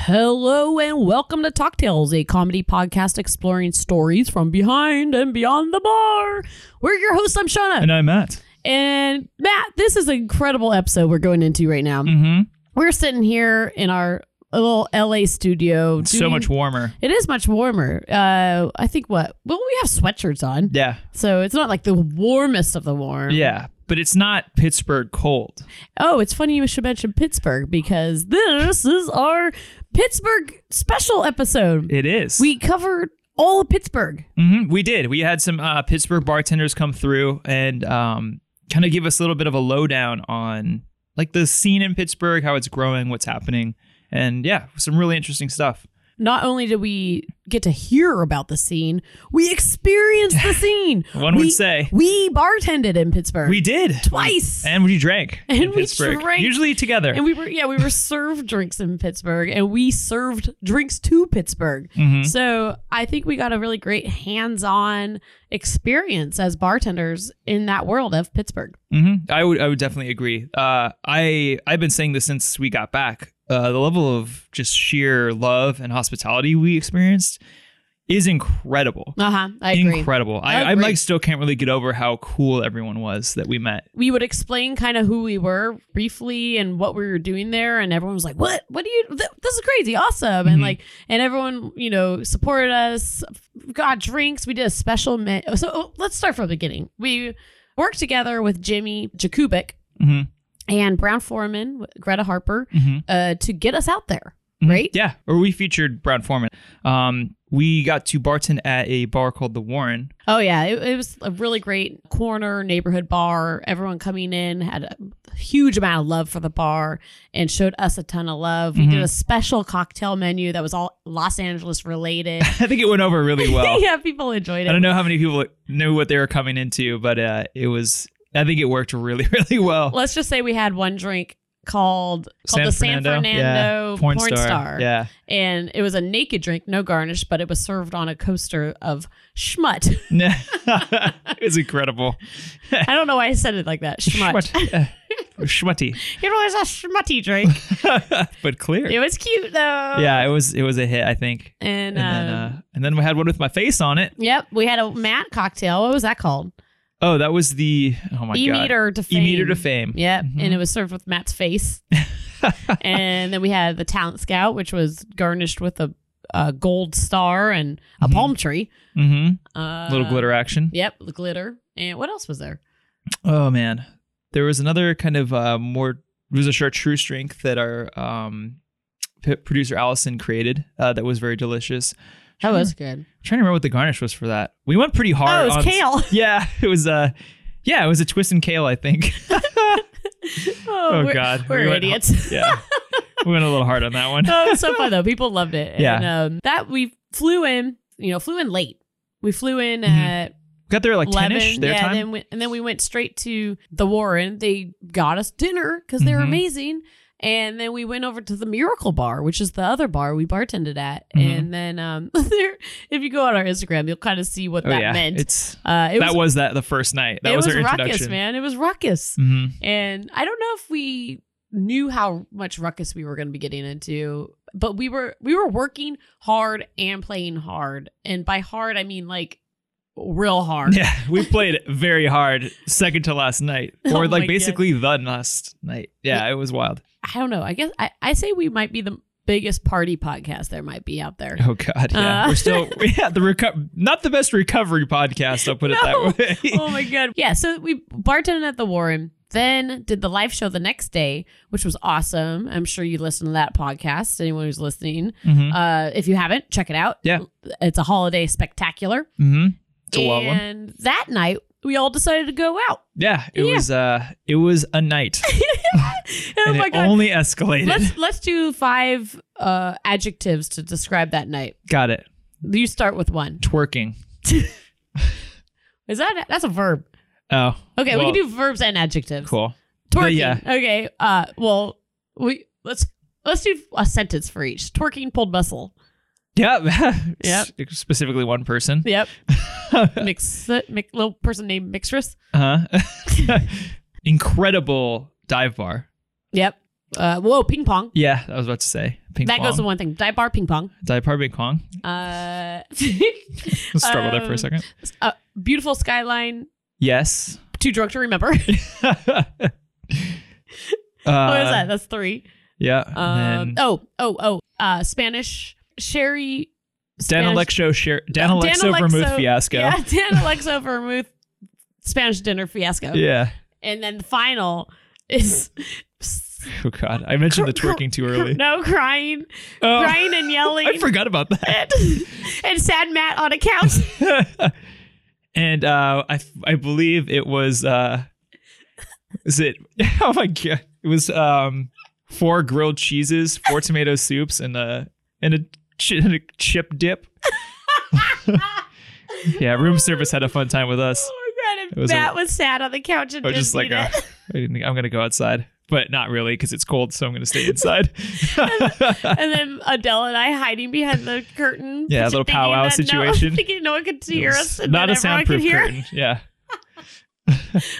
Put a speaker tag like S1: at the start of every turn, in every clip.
S1: Hello and welcome to Talk Tales, a comedy podcast exploring stories from behind and beyond the bar. We're your hosts, I'm Shauna.
S2: And I'm Matt.
S1: And Matt, this is an incredible episode we're going into right now.
S2: Mm-hmm.
S1: We're sitting here in our little LA studio.
S2: So
S1: doing-
S2: much warmer.
S1: It is much warmer. Uh, I think what? Well, we have sweatshirts on.
S2: Yeah.
S1: So it's not like the warmest of the warm.
S2: Yeah. But it's not Pittsburgh cold.
S1: Oh, it's funny you should mention Pittsburgh because this is our Pittsburgh special episode.
S2: It is.
S1: We covered all of Pittsburgh.
S2: Mhm. we did. We had some uh, Pittsburgh bartenders come through and um, kind of give us a little bit of a lowdown on like the scene in Pittsburgh, how it's growing, what's happening. And yeah, some really interesting stuff.
S1: Not only did we get to hear about the scene, we experienced the scene.
S2: One
S1: we,
S2: would say.
S1: we bartended in Pittsburgh.
S2: We did.
S1: twice.
S2: And we drank
S1: And
S2: in
S1: we
S2: Pittsburgh.
S1: drank.
S2: Usually together.
S1: and we were yeah we were served drinks in Pittsburgh and we served drinks to Pittsburgh.
S2: Mhm.
S1: So I think we got a really great hands-on experience as bartenders in that world of Pittsburgh.
S2: hmm I would I would definitely agree. Uh, I I've been saying this since we got back. Uh, the level of just sheer love and hospitality we experienced is incredible.
S1: Uh huh. I agree.
S2: Incredible. Uh-huh. I,
S1: I
S2: I'm
S1: agree.
S2: like still can't really get over how cool everyone was that we met.
S1: we would explain kind of who we were briefly and what we were doing there and everyone was like what what do you th- this is crazy awesome and
S2: Mhm.
S1: like and everyone you know supported us got drinks we did a special me- so oh, let's start from the beginning we worked together with jimmy jakubik
S2: hmm
S1: and brown foreman greta harper
S2: hmm
S1: uh, to get us out there right
S2: Yeah. Or we featured Brad Foreman. Um, we got to bartend at a bar called the Warren.
S1: Oh yeah, it, it was a really great corner neighborhood bar. Everyone coming in had a huge amount of love for the bar and showed us a ton of love. We did
S2: Mhm.
S1: a special cocktail menu that was all Los Angeles related.
S2: I think it went over really well.
S1: yeah, people enjoyed it.
S2: Oh. I don't know how many people knew what they were coming into, but uh, it was. I think it worked really really well.
S1: Let's just say we had one drink called called the San Fernando
S2: Yeah.
S1: porn, star.
S2: Yeah.
S1: and it was a naked drink, no garnish, but it was served on a coaster of schmut.
S2: it was incredible.
S1: I don't know why I said it like that. Schmut.
S2: Schmut- uh, Schmutty.
S1: it was a schmutty drink.
S2: but clear.
S1: it was cute though.
S2: Yeah, it was it was a hit, I think.
S1: And,
S2: And then
S1: um,
S2: uh, and then we had one with my face on it.
S1: Yep, we had a Matt cocktail. What was that called?
S2: Oh, that was the oh my
S1: E
S2: god.
S1: meter to fame.
S2: E-meter to fame.
S1: Yep,
S2: Mhm.
S1: and it was served with Matt's face. and then we had the talent scout, which was garnished with a, a gold star and a
S2: Mhm.
S1: palm tree.
S2: Mm-hmm.
S1: Uh,
S2: Little glitter action.
S1: Yep, the glitter. And what else was there?
S2: Oh man, there was another kind of uh, more. It was a chartreuse drink that our um, p- producer Allison created uh, that was very delicious.
S1: That was good.
S2: trying to remember what the garnish was for that. We went pretty hard.
S1: Oh, it was
S2: on-
S1: kale.
S2: Yeah, it was. Uh, yeah, it was a twist and kale. I think.
S1: Oh, we're,
S2: God,
S1: we're
S2: We went-
S1: idiots.
S2: yeah, we went a little hard on that one.
S1: oh, it was so fun though. People loved it.
S2: Yeah.
S1: And um, that we flew in, you know, flew in late. We flew in
S2: Mhm.
S1: at
S2: Got there at like
S1: 11
S2: ten-ish their
S1: yeah
S2: time.
S1: Then we, and then we went straight to the warren they got us dinner because they were
S2: Mhm.
S1: amazing and then we went over to the miracle bar which is the other bar we bartended at
S2: Mhm.
S1: and then um there if you go on our instagram you'll kind of see what
S2: oh
S1: that
S2: yeah,
S1: meant
S2: it's
S1: uh it
S2: that
S1: was,
S2: was that the first night. That
S1: it was,
S2: our
S1: ruckus
S2: introduction.
S1: man it was ruckus
S2: hmm
S1: and i don't know if we knew how much ruckus we were going to be getting into but we were we were working hard and playing hard and by hard i mean like real hard
S2: Yeah, we played very hard second to last night,
S1: Oh
S2: or
S1: my
S2: like basically the last night. Yeah, it was wild.
S1: I don't know. I guess I, I say we might be the biggest party podcast there might be out there.
S2: Oh god, yeah,
S1: Uh.
S2: we're still yeah the reco- not the best recovery podcast. I'll put
S1: No.
S2: it that way.
S1: oh my god. Yeah, so we bartended at the Warren, then did the live show the next day, which was awesome. I'm sure you listened to that podcast, anyone who's listening.
S2: Mhm.
S1: Uh if you haven't, check it out.
S2: Yeah.
S1: It's a holiday spectacular.
S2: Mhm. It's a wild one.
S1: and that night we all decided to go out.
S2: Yeah, it
S1: Yeah.
S2: was uh it was a night.
S1: oh
S2: and
S1: my
S2: it
S1: god.
S2: only escalated.
S1: let's let's do five uh adjectives to describe that night.
S2: Got it.
S1: You start with one.
S2: Twerking.
S1: Is that that's a verb?
S2: Oh.
S1: Okay,
S2: Well,
S1: we can do verbs and adjectives.
S2: cool.
S1: Twerking.
S2: Yeah.
S1: Okay. Uh. Well, we let's let's do a sentence for each. Twerking pulled muscle.
S2: Yeah.
S1: Yep.
S2: Specifically one person.
S1: Yep. Mix. Mix. Little person named Mixtress.
S2: Uh-huh. Incredible dive bar.
S1: Yep. Uh, whoa, ping pong.
S2: Yeah, I was about to say ping
S1: that
S2: pong.
S1: goes to one thing. Dive bar, ping pong.
S2: dive bar ping pong.
S1: Uh,
S2: Let's start with that for
S1: Um,
S2: a second.
S1: uh, beautiful skyline.
S2: Yes.
S1: Too drunk to remember. what is
S2: uh, what
S1: that? That's three.
S2: Yeah.
S1: Um,
S2: Uh, and then
S1: oh, oh, oh. Uh, Spanish. Sherry.
S2: Dan
S1: Spanish-
S2: Alexo, share, Dan
S1: Dan
S2: Alexo vermouth
S1: Alexo-
S2: fiasco.
S1: Yeah, Dan Alexa Vermouth. Spanish dinner fiasco.
S2: Yeah.
S1: And then the final is
S2: Oh God, I mentioned the twerking too early.
S1: no crying,
S2: Oh,
S1: crying and yelling.
S2: I forgot about
S1: and, and sad Matt on a couch.
S2: that. and uh, I, I believe it was, uh, is it? Oh my God, it was um, four grilled cheeses, four tomato soups, and a and a, chi- and a chip dip. yeah, room service had a fun time with us.
S1: Oh my god!
S2: It
S1: And
S2: was a-
S1: Matt was sad on the couch and
S2: I was
S1: didn't
S2: just like,
S1: eat
S2: uh,
S1: it.
S2: I didn't think- I'm gonna go outside, but not really because it's cold, so I'm gonna stay inside.
S1: and then Adele and I hiding behind the curtain.
S2: Yeah, a little
S1: thinking
S2: powwow
S1: that No,
S2: situation.
S1: thinking no one could
S2: It
S1: hear
S2: was
S1: us. And
S2: not
S1: then
S2: a
S1: everyone could
S2: soundproof
S1: hear.
S2: curtain. Yeah.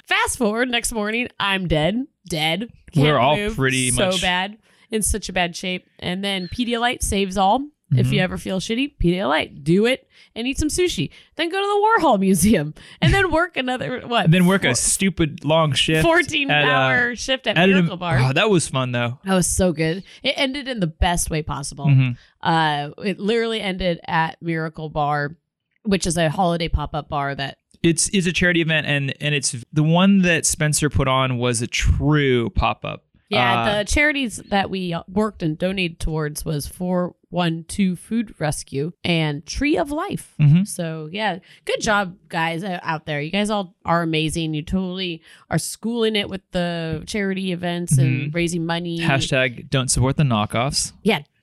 S1: Fast forward next morning, I'm dead, dead. Can't
S2: We're all
S1: move,
S2: pretty
S1: so
S2: much-
S1: bad, in such a bad shape. And then Pedialyte saves all. If
S2: Mm-hmm.
S1: you ever feel shitty, Pedialyte, do it and eat some sushi. Then go to the Warhol Museum and then work another what?
S2: And then work a
S1: four-
S2: stupid long shift.
S1: fourteen
S2: at, uh,
S1: hour shift at,
S2: at an-
S1: Miracle Bar.
S2: Oh, that was fun though.
S1: that was so good. It ended in the best way possible.
S2: Mhm.
S1: Uh, it literally ended at Miracle Bar, which is a holiday pop up bar that
S2: It's it's a charity event, and and it's the one that Spencer put on was a true pop up.
S1: yeah
S2: Uh,
S1: the charities that we worked and donated towards was four one two Food Rescue and Tree of Life.
S2: Mhm.
S1: So yeah, good job guys o- out there. You guys all are amazing. You totally are schooling it with the charity events and raising money.
S2: Mm-hmm. Hashtag don't support the knockoffs.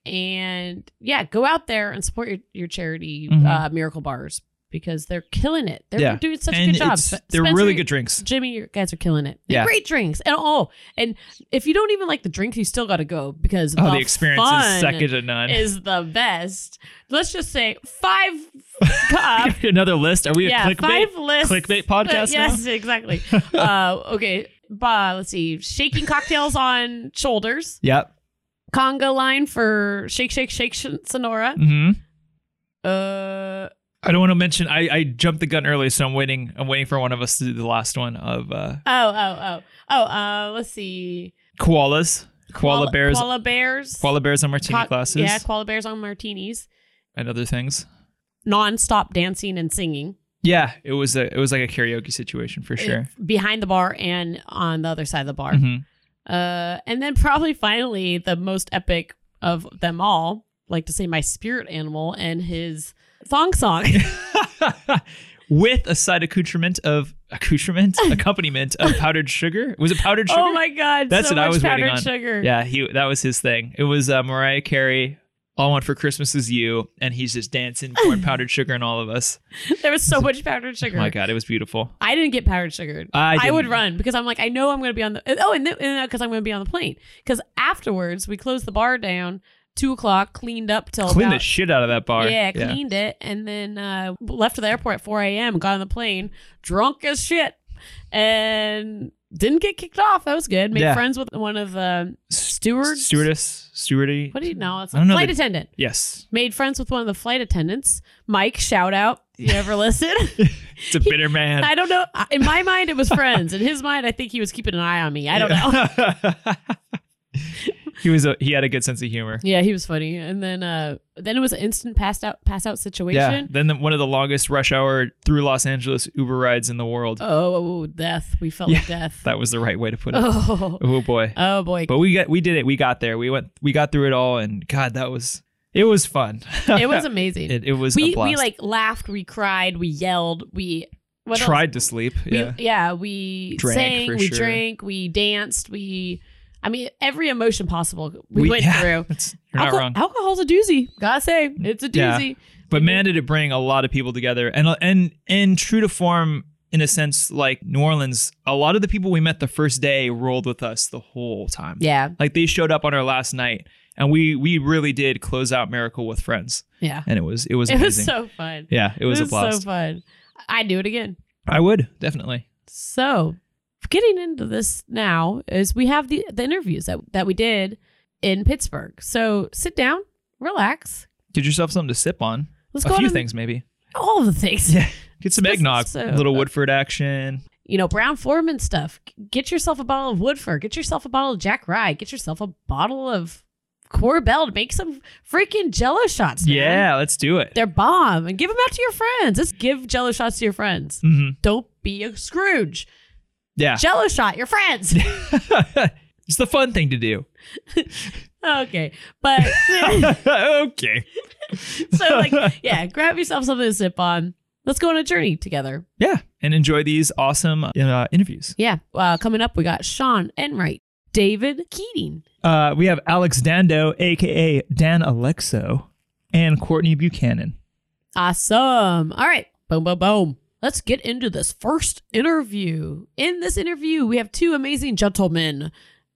S1: and yeah, go out there and support your, your charity
S2: Mhm.
S1: uh, Miracle Bars because they're killing it. They're
S2: Yeah.
S1: doing such a
S2: and
S1: good job.
S2: it's-
S1: Sp-
S2: they're
S1: Spencer,
S2: really good drinks.
S1: Jimmy, you guys are killing it.
S2: Yeah.
S1: Great drinks. And oh, and if you don't even like the drinks, you still got to go because
S2: Oh, the experience
S1: fun
S2: is second to none.
S1: is the best. Let's just say five cup.
S2: Another list. Are we a
S1: yeah,
S2: clickbait?
S1: five lists.
S2: clickbait podcast now?
S1: yes, exactly. uh, okay. Bah, let's see. Shaking cocktails on shoulders.
S2: Yep.
S1: Conga line for shake, shake, shake, sh- Sonora.
S2: hmm
S1: Uh,
S2: I don't want to mention. I, I jumped the gun early, so I'm waiting. I'm waiting for one of us to do the last one of uh,
S1: oh, oh, oh, oh. Uh, let's see.
S2: koalas, koala, bears,
S1: Koala
S2: koala,
S1: bears.
S2: bears on martini
S1: Co-
S2: glasses,
S1: Yeah, koala bears on martinis.
S2: and other things.
S1: Non-stop dancing and singing
S2: Yeah, it was a it was like a karaoke situation for sure.
S1: behind the bar and on the other side of the bar.
S2: Mhm.
S1: Uh, and then probably finally the most epic of them all, like to say my spirit animal and his thong song.
S2: With a side accoutrement of accoutrement accompaniment of powdered sugar. Was it powdered sugar?
S1: oh my god,
S2: That's
S1: so
S2: what I
S1: much
S2: was waiting
S1: powdered
S2: on.
S1: sugar.
S2: Yeah, he that was his thing. It was uh, Mariah Carey. All I want for Christmas is you, and he's just dancing, pouring powdered sugar in all of us.
S1: There was so much powdered sugar.
S2: Oh my god, it was beautiful.
S1: I didn't get powdered sugar.
S2: I,
S1: I, would
S2: didn't-
S1: run because I'm like, I know I'm going to be on the. Oh, and because I'm going to be on the plane. Because afterwards, we closed the bar down two o'clock, cleaned up till
S2: clean
S1: about,
S2: the shit out of that bar.
S1: Yeah, cleaned it and then uh, left to the airport at 4 a.m. Got on the plane, drunk as shit, and didn't get kicked off. That was good. Made
S2: Yeah.
S1: friends with one of the
S2: S-
S1: stewards.
S2: stewardess, stewardy.
S1: What do you know? It's
S2: I
S1: a
S2: don't know
S1: flight
S2: the-
S1: attendant.
S2: Yes,
S1: Made friends with one of the flight attendants. Mike, shout out. You ever listen?
S2: it's a bitter man.
S1: I don't know. In my mind, it was friends. In his mind, I think he was keeping an eye on me. I don't know.
S2: know. he was a, he had a good sense of humor.
S1: Yeah, he was funny. And then uh then it was an instant pass out pass out
S2: Yeah.
S1: situation.
S2: Then the, one of the longest rush hour through Los Angeles Uber rides in the world.
S1: Oh, death. We felt like death.
S2: That was the right way to put it. Oh,
S1: oh.
S2: boy.
S1: oh boy.
S2: But we got we did it. We got there. We went we got through it all and god, that was it was fun.
S1: It was amazing.
S2: it, it was
S1: we
S2: a blast.
S1: we like laughed, we cried, we yelled, we what else?
S2: tried to sleep.
S1: We,
S2: yeah.
S1: yeah, we
S2: Drank,
S1: sang,
S2: for
S1: we
S2: sure.
S1: drank, we danced, we I mean every emotion possible we,
S2: We-
S1: went
S2: yeah,
S1: through.
S2: That's, you're not
S1: Alco-
S2: wrong.
S1: Alcohol's a doozy. Gotta say, it's a
S2: Yeah.
S1: doozy.
S2: But man, did it bring a lot of people together. And and and true to form, in a sense, like New Orleans, a lot of the people we met the first day rolled with us the whole time.
S1: Yeah,
S2: Like they showed up on our last night, and we we really did close out Miracle with friends,
S1: yeah.
S2: and it was it was
S1: It
S2: amazing.
S1: was so fun.
S2: yeah, it was, a blast.
S1: so fun. I'd do it again.
S2: I would definitely.
S1: So getting into this now is we have the the interviews that that we did in Pittsburgh. So sit down, relax.
S2: Get yourself something to sip on.
S1: Let's go
S2: a few
S1: on
S2: things maybe.
S1: all the things.
S2: Yeah. Get some
S1: This is
S2: eggnog.
S1: so-
S2: little Woodford action.
S1: you know, Brown Foreman stuff. G- Get yourself a bottle of Woodford. Get yourself a bottle of Jack Rye. Get yourself a bottle of Corbel to make some freaking Jello shots. man.
S2: Yeah, let's do it.
S1: they're bomb, and give them out to your friends. Let's give Jello shots to your friends.
S2: hmm
S1: Don't be a Scrooge.
S2: Yeah,
S1: Jello shot your friends.
S2: it's the fun thing to do.
S1: okay, but
S2: okay.
S1: so like, yeah, grab yourself something to sip on. Let's go on a journey together.
S2: Yeah, and enjoy these awesome uh, interviews.
S1: Yeah. Uh, coming up, we got Sean Enright, David Keating.
S2: Uh, we have Alex Dando, aka Dan Alexo, and Courtney Buchanan.
S1: Awesome. All right. Boom, boom, boom. Let's get into this first interview. In this interview, we have two amazing gentlemen.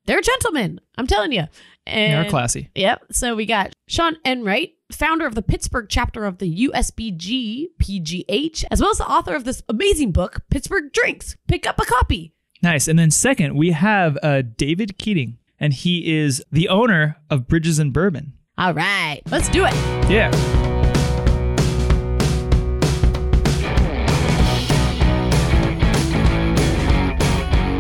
S1: They're gentlemen. I'm telling you.
S2: They're
S1: And
S2: classy.
S1: Yep. So we got Sean Enright, founder of the Pittsburgh chapter of the USBG PGH, as well as the author of this amazing book, Pittsburgh Drinks. Pick up a copy.
S2: Nice. And then second, we have uh, David Keating, and he is the owner of Bridges and Bourbon.
S1: All right. Let's do it.
S2: Yeah.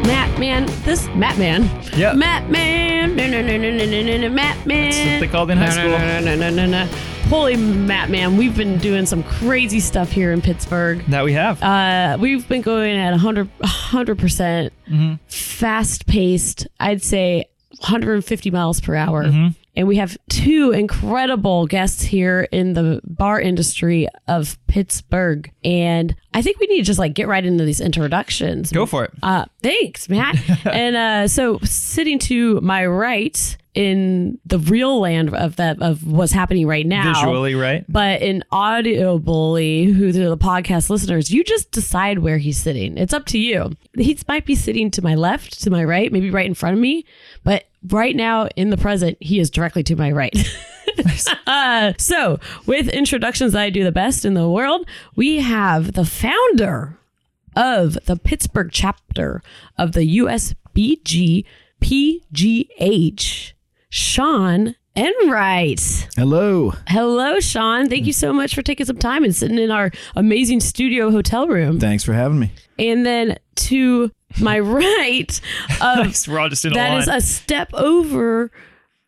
S1: Matt Man. This Matt Man.
S2: Yeah.
S1: Matt Man. No, no, no, no, no, no, no, no, Matt Man.
S2: That's what they called in high
S1: No,
S2: school.
S1: No, no, no, no, no, no. Holy Matt Man, we've been doing some crazy stuff here in Pittsburgh.
S2: That we have.
S1: Uh, we've been going at 100 100%
S2: Mhm.
S1: fast paced, I'd say 150 miles per hour.
S2: Mm-hmm.
S1: And we have two incredible guests here in the bar industry of Pittsburgh. And I think we need to just like get right into these introductions.
S2: Go for it.
S1: Uh, thanks, Matt. and uh, so, sitting to my right in the real land of that of what's happening right now,
S2: Visually, right?
S1: but in audibly, who to the podcast listeners, you just decide where he's sitting. It's up to you. He might be sitting to my left, to my right, maybe right in front of me, but right now in the present, he is directly to my right. uh, so, with introductions that I do the best in the world, we have the founder of the Pittsburgh chapter of the USBG PGH, Sean Enright.
S3: Hello.
S1: Hello, Sean. Thank you so much for taking some time and sitting in our amazing studio hotel room.
S3: Thanks for having me.
S1: And then to my right, of,
S2: Nice. We're all just in a
S1: that
S2: line.
S1: is a step over,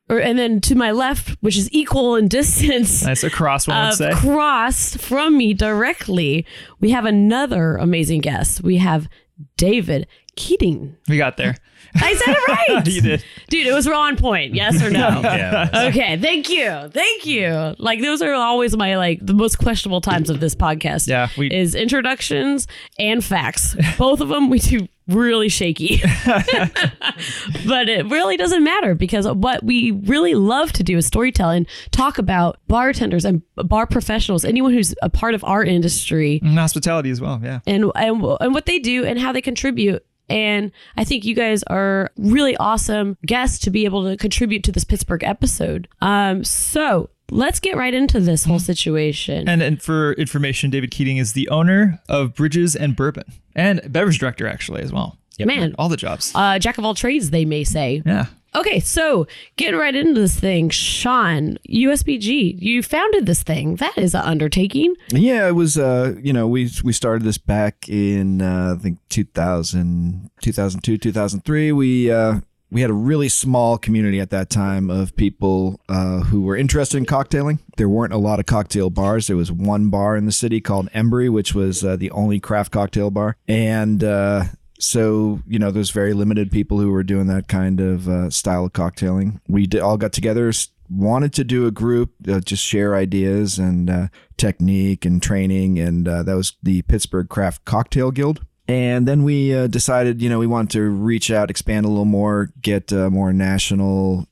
S1: or and then to my left, which is equal in distance,
S2: nice across one would
S1: across
S2: say.
S1: crossed from me directly, we have another amazing guest. We have David Keating.
S2: We got there.
S1: I said it right,
S2: you did.
S1: dude. It was raw on point. Yes or no?
S3: Yeah.
S1: Okay, thank you, thank you. Like those are always my like the most questionable times of this podcast.
S2: Yeah, we-
S1: is introductions and facts. Both of them we do really shaky, but it really doesn't matter because what we really love to do is storytell and talk about bartenders and bar professionals, anyone who's a part of our industry
S2: And Mm, hospitality as well. Yeah.
S1: and and and what they do and how they contribute. And I think you guys are really awesome guests to be able to contribute to this Pittsburgh episode. Um, so let's get right into this whole situation.
S2: Mm-hmm. And, and for information, David Keating is the owner of Bridges and Bourbon and beverage director, actually, as well.
S1: Man.
S2: All the jobs.
S1: uh, jack of all trades, they may say.
S2: yeah.
S1: Okay, so getting right into this thing, Sean, USBG, you founded this thing. That is an undertaking.
S3: Yeah, it was uh, you know, we we started this back in uh, I think 2000, 2002, 2003. We uh we had a really small community at that time of people uh, who were interested in cocktailing. There weren't a lot of cocktail bars. There was one bar in the city called Embry, which was uh, the only craft cocktail bar. And uh, so you know there's very limited people who were doing that kind of uh, style of cocktailing we did, all got together s- wanted to do a group uh, just share ideas and uh, technique and training and uh, that was the pittsburgh craft cocktail guild and then we uh, decided you know we wanted to reach out expand a little more get uh, more national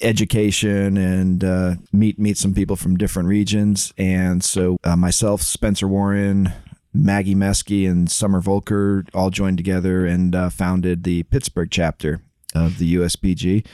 S3: education and uh, meet meet some people from different regions and so uh, myself spencer warren Maggie Meskey and Summer Volker all joined together and uh, founded the Pittsburgh chapter of the USBG,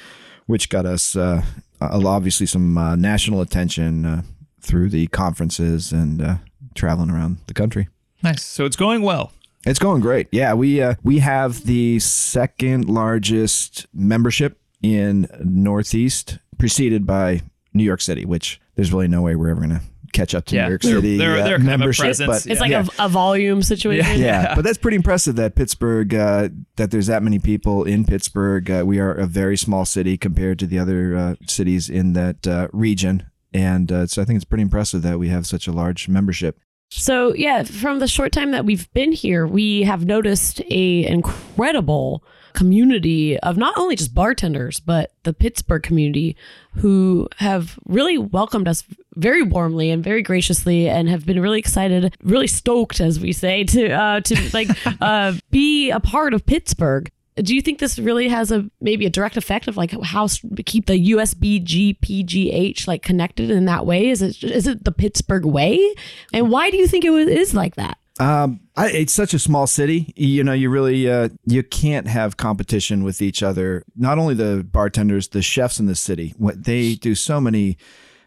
S3: which got us uh, uh, obviously some uh, national attention uh, through the conferences and uh, traveling around the country.
S2: Nice. So it's going well.
S3: It's going great. Yeah, we uh, we have the second largest membership in Northeast, preceded by New York City, which there's really no way we're ever gonna catch up to
S2: Yeah.
S3: New York
S2: They're-
S3: City
S2: they're-
S3: uh,
S2: they're kind of a
S3: membership.
S2: presence,
S3: but
S2: yeah.
S1: It's like
S3: yeah.
S1: a, a volume situation.
S3: yeah, but that's pretty impressive that Pittsburgh, uh, that there's that many people in Pittsburgh. Uh, we are a very small city compared to the other uh, cities in that uh, region. And uh, so I think it's pretty impressive that we have such a large membership.
S1: So yeah, from the short time that we've been here, we have noticed a incredible community of not only just bartenders, but the Pittsburgh community who have really welcomed us very warmly and very graciously and have been really excited, really stoked as we say to uh to like uh be a part of Pittsburgh. Do you think this really has a maybe a direct effect of like how s- to keep the USB GPGH like connected in that way? Is it is it the Pittsburgh way? And why do you think it was, is like that?
S3: Um, I, it's such a small city. You know, you really uh, you can't have competition with each other. Not only the bartenders, the chefs in the city. What they do so many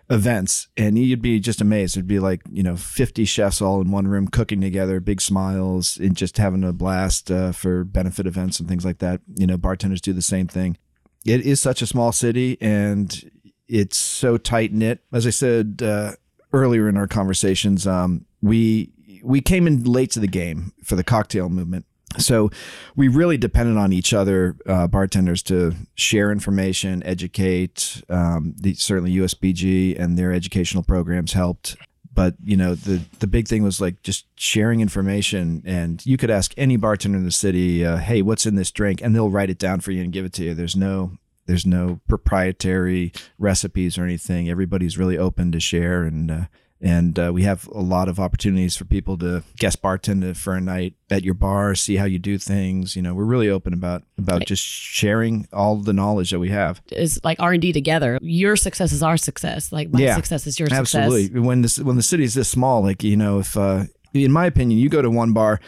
S3: events, and you'd be just amazed. It'd be like you know, fifty chefs all in one room cooking together, big smiles, and just having a blast uh, for benefit events and things like that. You know, bartenders do the same thing. It is such a small city, and it's so tight knit. As I said. Uh, earlier in our conversations, um, we we came in late to the game for the cocktail movement, so we really depended on each other, uh, bartenders, to share information, educate. Um, the, certainly, USBG and their educational programs helped. But you know the the big thing was like just sharing information, and you could ask any bartender in the city, uh, "Hey, what's in this drink?" and they'll write it down for you and give it to you. There's no there's no proprietary recipes or anything. Everybody's really open to share, and uh, and uh, we have a lot of opportunities for people to guest bartend for a night at your bar, see how you do things. You know, we're really open about about just sharing all the knowledge that we have.
S1: Is like R and D together. Your success is our success. Like my
S3: Yeah.
S1: success is your
S3: Absolutely.
S1: success.
S3: When this when the city's this small, like you know, if uh, in my opinion, you go to one bar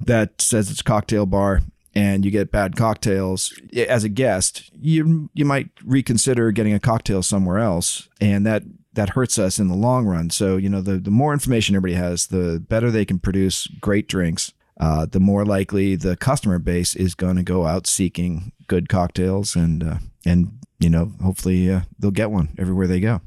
S3: that says it's a cocktail bar and you get bad cocktails i- as a guest, you you might reconsider getting a cocktail somewhere else, and that that hurts us in the long run. So you know, the the more information everybody has, the better they can produce great drinks. Uh, the more likely the customer base is going to go out seeking good cocktails, and uh, and you know, hopefully uh, they'll get one everywhere they go.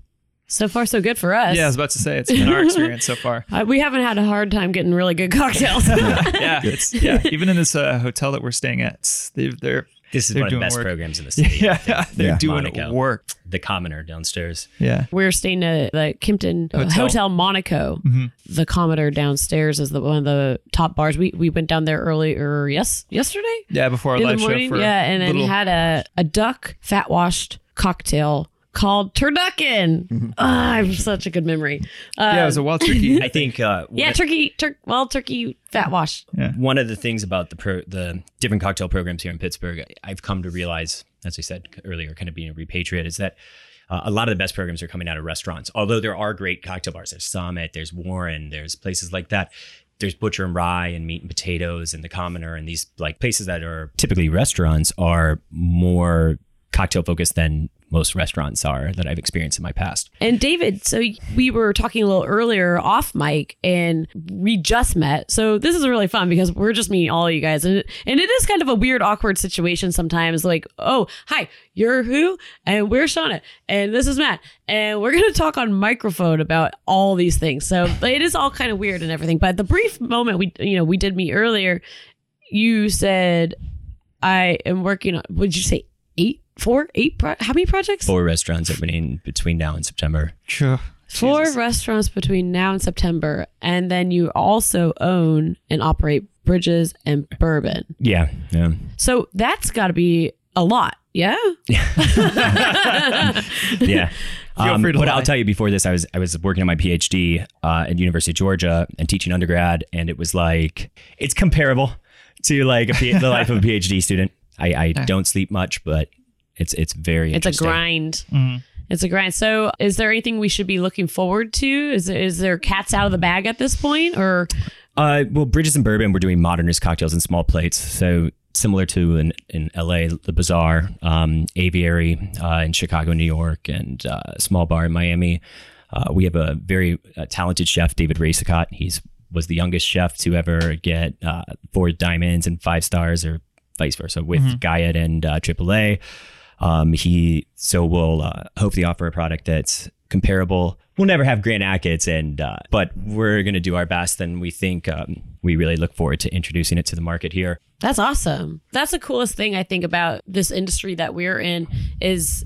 S1: So far, so good for us.
S2: Yeah, I was about to say it's been our experience so far.
S1: Uh, we haven't had a hard time getting really good cocktails.
S2: Yeah, it's yeah. Even in this uh, hotel that we're staying at, it's- they, they're
S4: This is
S2: They're
S4: one of the
S2: doing
S4: best
S2: work.
S4: programs in the city.
S2: yeah, they're
S3: Yeah.
S2: doing
S4: Monaco.
S2: work.
S4: The commoner downstairs.
S2: Yeah,
S1: We're staying at the Kimpton uh, Hotel,
S2: Hotel.
S1: Monaco.
S2: Mhm.
S1: The Commodore downstairs is the one of the top bars. We we went down there earlier yes yesterday.
S2: yeah. Before our
S1: in
S2: live
S1: the morning,
S2: show for
S1: yeah, and
S2: a
S1: then
S2: little,
S1: had a, a duck fat washed cocktail called turducken. Ah, I have such a good memory. Uh,
S2: Mm-hmm. yeah. It was a wild turkey.
S4: I think uh,
S1: yeah, turkey, tur- well, turkey fat washed.
S4: one of the things about the pro- the different cocktail programs here in Pittsburgh, I've come to realize, as I said earlier, kind of being a repatriate, is that uh, a lot of the best programs are coming out of restaurants. Although there are great cocktail bars, there's Summit, there's Warren, there's places like that. There's Butcher and Rye and Meat and Potatoes and the Commoner and these like places that are typically restaurants are more cocktail focused than most restaurants are that I've experienced in my past.
S1: And David, so we were talking a little earlier off mic, and we just met. So this is really fun because we're just meeting all you guys, and it, and it is kind of a weird, awkward situation sometimes. Like, oh, hi, you're who, and we're Shauna, and this is Matt, and we're gonna talk on microphone about all these things. So but it is all kind of weird and everything. But the brief moment we, you know, we did meet earlier, you said, I am working on. Would you say eight, four, eight? Pro- how many projects?
S4: Four restaurants opening between now and September.
S2: Sure.
S1: four
S2: Jesus.
S1: restaurants between now and September, and then you also own and operate Bridges and Bourbon.
S4: Yeah, yeah.
S1: So that's got to be a lot, yeah.
S4: yeah.
S2: Feel
S4: Um,
S2: free to
S4: but
S2: lie.
S4: I'll tell you before this, I was I was working on my PhD uh, at University of Georgia and teaching undergrad, and it was like it's comparable to like a P- the life of a PhD student. I, I don't sleep much, but it's it's very
S1: It's a
S4: interesting.
S1: grind.
S2: Mhm.
S1: It's a grind. So, is there anything we should be looking forward to? Is there, is there cats out of the bag at this point, or
S4: Uh, well, Bridges and Bourbon, we're doing modernist cocktails in small plates, so similar to in in LA, the Bazaar, um, Aviary uh, in Chicago, New York, and uh, a small bar in Miami. Uh, we have a very uh, talented chef, David Racicott. He's was the youngest chef to ever get uh, four diamonds and five stars, or vice versa, with
S2: Mhm.
S4: Guyot and uh, AAA. Um, he so we'll uh, hopefully offer a product that's comparable. We'll never have Grand Accounts, and uh, but we're gonna do our best, and we think um, we really look forward to introducing it to the market here.
S1: That's awesome. That's the coolest thing I think about this industry that we're in is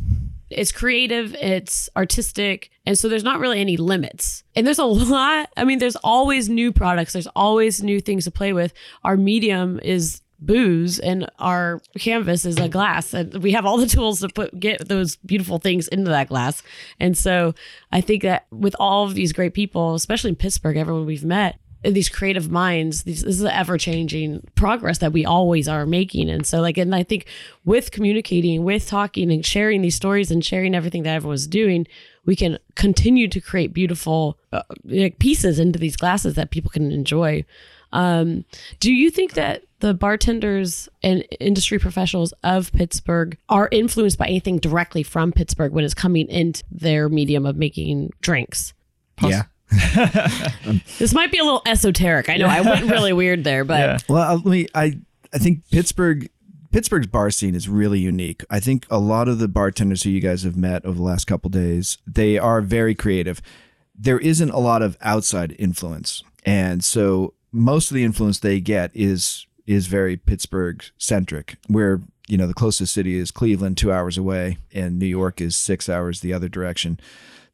S1: it's creative, it's artistic, and so there's not really any limits. And there's a lot, I mean, there's always new products, there's always new things to play with. Our medium is booze and our canvas is a glass and we have all the tools to put get those beautiful things into that glass. And so I think that with all of these great people, especially in Pittsburgh, everyone we've met, and these creative minds, these, this is the ever changing progress that we always are making. And so, like, and I think with communicating, with talking and sharing these stories and sharing everything that everyone's doing, we can continue to create beautiful uh, like pieces into these glasses that people can enjoy. Um, do you think that the bartenders and industry professionals of Pittsburgh are influenced by anything directly from Pittsburgh when it's coming into their medium of making drinks?
S3: yeah.
S1: This might be a little esoteric. I know I went really weird there, but
S2: Yeah.
S3: Well, I- let me. I I think Pittsburgh Pittsburgh's bar scene is really unique. I think a lot of the bartenders who you guys have met over the last couple days, they are very creative. There isn't a lot of outside influence, and so most of the influence they get is is very Pittsburgh centric. Where you know the closest city is Cleveland, two hours away, and New York is six hours the other direction